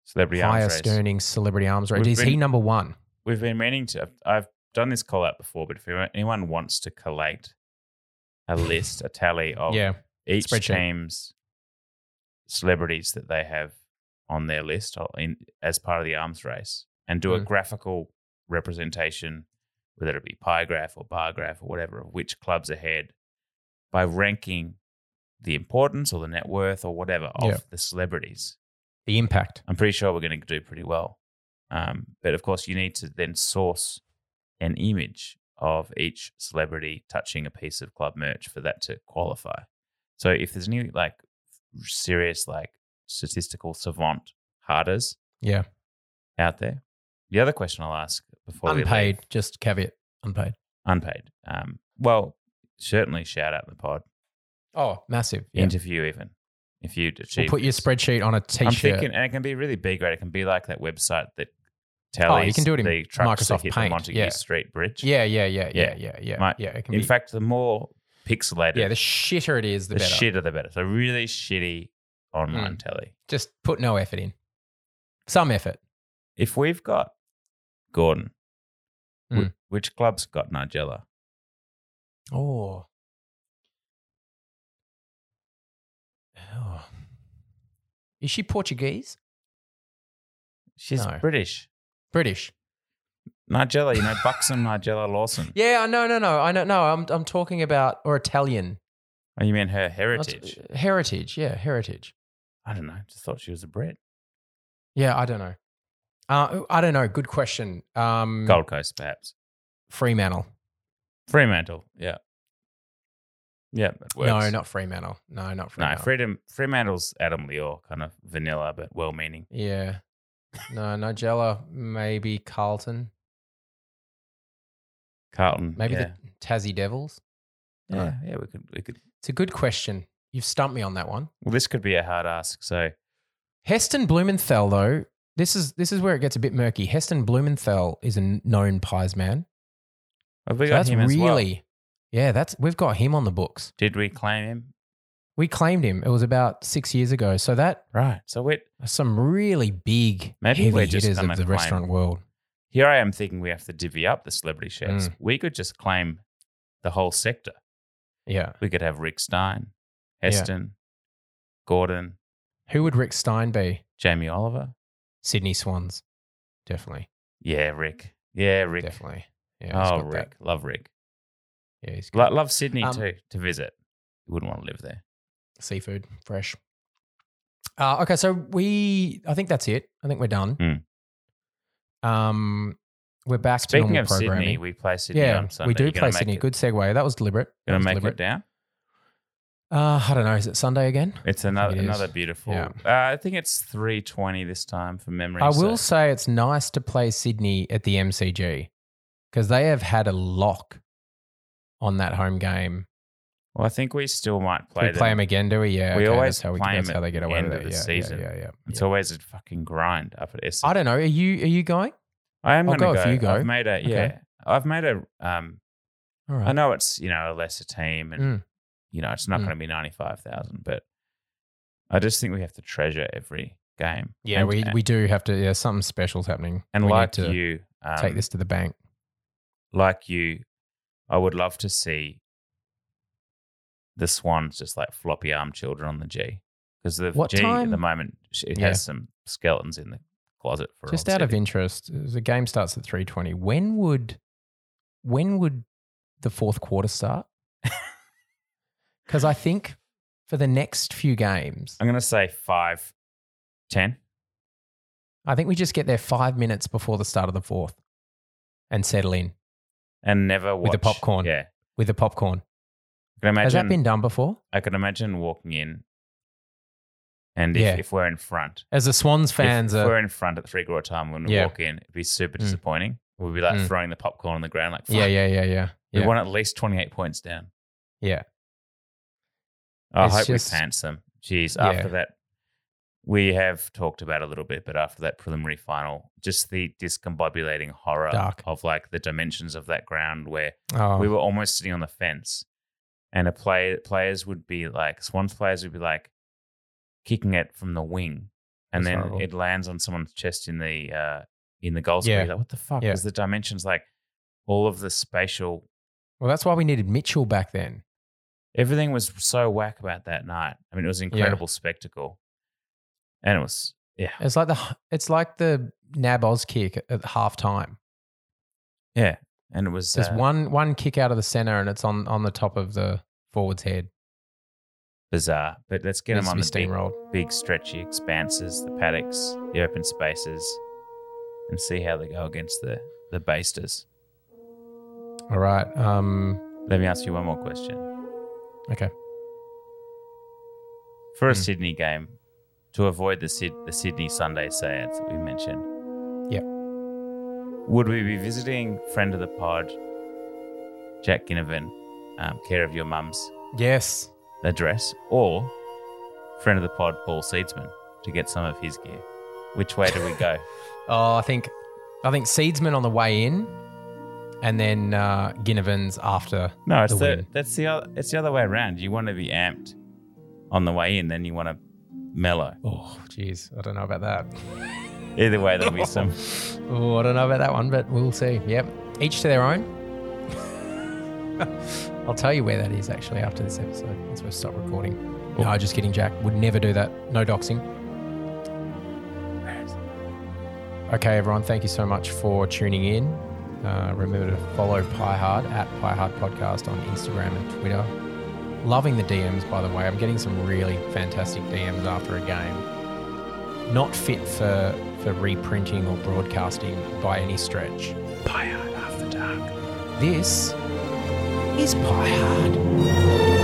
B: Celebrity arms
A: highest
B: race.
A: earning celebrity arms race?
B: We've
A: Is he
B: been-
A: number one?
B: We've been meaning to. I've, I've done this call out before, but if anyone wants to collate a list, a tally of
A: yeah,
B: each
A: Spreadsheet.
B: team's celebrities that they have on their list or in, as part of the arms race and do a
A: Mm.
B: graphical representation, whether it be pie graph or bar graph or whatever, of which clubs ahead by ranking the importance or the net worth or whatever of
A: Yeah.
B: the celebrities.
A: the impact.
B: I'm pretty sure we're going to do pretty well. Um, but of course, you need to then source an image of each celebrity touching a piece of club merch for that to qualify. So if there's any like serious like statistical savant harders
A: Yeah,
B: out there, the other question I'll ask before we leave,
A: unpaid. Just caveat, unpaid.
B: unpaid. Um, well, certainly shout out the pod
A: Oh, massive. Yeah.
B: interview even if you achieve.
A: We'll put your
B: this.
A: spreadsheet on a
B: I'm
A: t-shirt.
B: thinking, and it can be really big, right? It can be like that website that
A: Oh,
B: tells
A: you can do it in
B: the trucks
A: Microsoft
B: that hit
A: Paint,
B: the Montague
A: yeah.
B: Street Bridge.
A: yeah, yeah, yeah, yeah,
B: Yeah.
A: yeah, yeah.
B: Might-
A: yeah, it can
B: in
A: be.
B: fact, the more pixelated,
A: yeah, the
B: the,
A: shitter it is, the, better. Mm.
B: shitter, the better. So really shitty online telly.
A: Just put no effort in. Some effort.
B: If we've got Gordon, wh-
A: Mm.
B: which club's got Nigella?
A: Oh. oh. Is she Portuguese?
B: She's
A: No.
B: British.
A: British.
B: Nigella, you know, Buxom Nigella Lawson.
A: Yeah, I- no, no, no. I don't know. I'm I'm talking about or Italian.
B: Oh, you mean her
A: That's- uh,
B: heritage?
A: heritage, yeah, heritage.
B: I don't know. Just thought she was a Brit.
A: Yeah, I don't know. Uh, I don't know. Good question. Um,
B: Gold Coast, perhaps.
A: Fremantle.
B: Fremantle. Yeah. Yeah, that works.
A: No, not Fremantle. No, not
B: No,
A: Fremantle.
B: Freedom Fremantle's Adam Lior, kind of vanilla but well meaning.
A: Yeah. No, Nigella, maybe Carlton,
B: Carlton.
A: maybe
B: yeah.
A: the uh, Tassie Devils. I
B: yeah,
A: dunno.
B: yeah, we could we could
A: It's a good question. You've stumped me on that one.
B: well this could be a hard ask. So
A: Heston Blumenthal, though, this is this is where it gets a bit murky. Heston Blumenthal is a known pies man.
B: have we
A: So
B: got
A: that's
B: him as well?
A: really, yeah, that's we've got him on the books.
B: Did we claim him?
A: We claimed him. It was about six years ago. So that
B: Right. So we
A: are some really big
B: Maybe
A: heavy
B: we're just
A: hitters of
B: gonna
A: the
B: claim-
A: restaurant world.
B: here I am thinking we have to divvy up the celebrity
A: Mm.
B: chefs. We could just claim the whole sector.
A: Yeah.
B: We could have Rick Stein,
A: Yeah.
B: Heston, Gordon,
A: Who would Rick Stein be?
B: Jamie Oliver.
A: Sydney Swans. Definitely.
B: Yeah, Rick. Yeah, Rick.
A: Definitely. Yeah. he's
B: oh,
A: got that.
B: Rick. Love Rick.
A: Yeah, he's got
B: Lo- love Sydney
A: Um,
B: too to visit. You wouldn't want to live there.
A: seafood, fresh. Uh, okay, so we, I think that's it. I think we're done. Um, we're back to
B: Hmm. Speaking
A: normal
B: of
A: programming.
B: Sydney, we play Sydney
A: yeah,
B: on Sunday.
A: we do
B: You gonna
A: play
B: make
A: Sydney.
B: it-
A: Good segue. That was deliberate. That
B: Gonna
A: was
B: make
A: deliberate.
B: it down.
A: Uh, I don't know. Is it Sunday again?
B: It's another
A: it is.
B: another beautiful.
A: Yeah.
B: Uh, I think it's three twenty this time for memory.
A: I will
B: So
A: say it's nice to play Sydney at the MCG because they have had a lock on that home game.
B: well, I think we still might play.
A: we play them
B: them.
A: again, do we? Yeah,
B: We
A: okay,
B: always
A: that's how we
B: play 'em
A: that's
B: at
A: how they get
B: the
A: away
B: end
A: with
B: of
A: it.
B: the
A: yeah,
B: season.
A: Yeah, yeah, yeah.
B: It's always a fucking grind up at Essex.
A: I don't know. Are you are you going?
B: I am
A: I'll
B: going to
A: go
B: go.
A: if you go.
B: I've made a
A: Okay.
B: yeah. I've made a um.
A: All
B: I
A: right.
B: know it's you know a lesser team, and
A: Mm.
B: you know it's not
A: Mm.
B: going to be ninety five thousand, but I just think we have to treasure every game.
A: Yeah,
B: And-
A: we, we do have to. Yeah, something special's happening.
B: and
A: we
B: like
A: need to
B: you um,
A: take this to the bank.
B: like you, I would love to see the Swans just like floppy arm children on the G because the
A: What
B: G at
A: time-
B: the moment sh- it
A: Yeah.
B: has some skeletons in the closet for
A: Just
B: old
A: out of
B: Sydney.
A: interest, the game starts at three twenty. When would when would the fourth quarter start? Because I think for the next few games,
B: I'm gonna say five, ten.
A: I think we just get there five minutes before the start of the fourth and settle in
B: And never watch
A: With the popcorn.
B: Yeah,
A: with the popcorn.
B: I can imagine.
A: Has that been done before?
B: I can imagine walking in, and if,
A: Yeah.
B: if we're in front,
A: As the Swans fans
B: if,
A: are,
B: we're in front at the three quarter time when we
A: Yeah.
B: walk in, it'd be super
A: Mm.
B: disappointing. We'd be like
A: Mm.
B: throwing the popcorn on the ground, like
A: yeah,
B: "Fuck,
A: yeah, yeah, yeah,
B: We
A: yeah,
B: won at least twenty eight points down.
A: yeah.
B: I
A: It's
B: hope
A: just-
B: we pants them. Jeez,
A: Yeah.
B: after that we have talked about a little bit, but after that preliminary final, just the discombobulating horror
A: Dark.
B: of like the dimensions of that ground where
A: Oh,
B: we were almost sitting on the fence, and a play players would be like Swans players would be like kicking it from the wing, and
A: That's
B: then
A: horrible.
B: it lands on someone's chest in the uh, in the goal.
A: Yeah.
B: Yeah. Like what the fuck?
A: Yeah.
B: Because the dimensions like all of the spatial
A: well, that's why we needed Mitchell back then.
B: everything was so whack about that night. I mean, it was an
A: Yeah.
B: incredible spectacle, and it was yeah,
A: It's like the it's like the Nab Oz kick at halftime.
B: yeah, and it was
A: There's
B: uh,
A: one one kick out of the center, and it's on on the top of the forward's head.
B: bizarre. But let's get
A: Needs
B: them on
A: to
B: the
A: be
B: big,
A: steamrolled.
B: big stretchy expanses, the paddocks, the open spaces, and see how they go against the the basters.
A: All right. Um.
B: Let me ask you one more question
A: Okay.
B: for a
A: Hmm.
B: Sydney game. To avoid the Syd- the Sydney Sunday seance that we mentioned,
A: Yep.
B: would we be visiting friend of the pod, Jack Ginnivan, um, care of your mum's
A: Yes.
B: address or friend of the pod Paul Seedsman to get some of his gear. Which way do we go?
A: Oh, I think I think Seedsman on the way in, and then uh, Ginnivan's after.
B: no, it's
A: The
B: the,
A: win.
B: that's the other, it's the other way around. You want to be amped on the way in, then you want to mellow.
A: Oh, jeez, I don't know about that.
B: Either way, there'll be some.
A: Oh, I don't know about that one, but we'll see. Yep. Each to their own. I'll tell you where that is actually after this episode. Once we stop recording. No, just kidding, Jack. Would never do that. No doxing. Okay, everyone, thank you so much for tuning in. Uh, remember to follow PieHard at PieHard Podcast on Instagram and Twitter. Loving the DMs, by the way. I'm getting some really fantastic DMs after a game not fit for for reprinting or broadcasting by any stretch. Pie Hard After Dark. This is Pie Hard.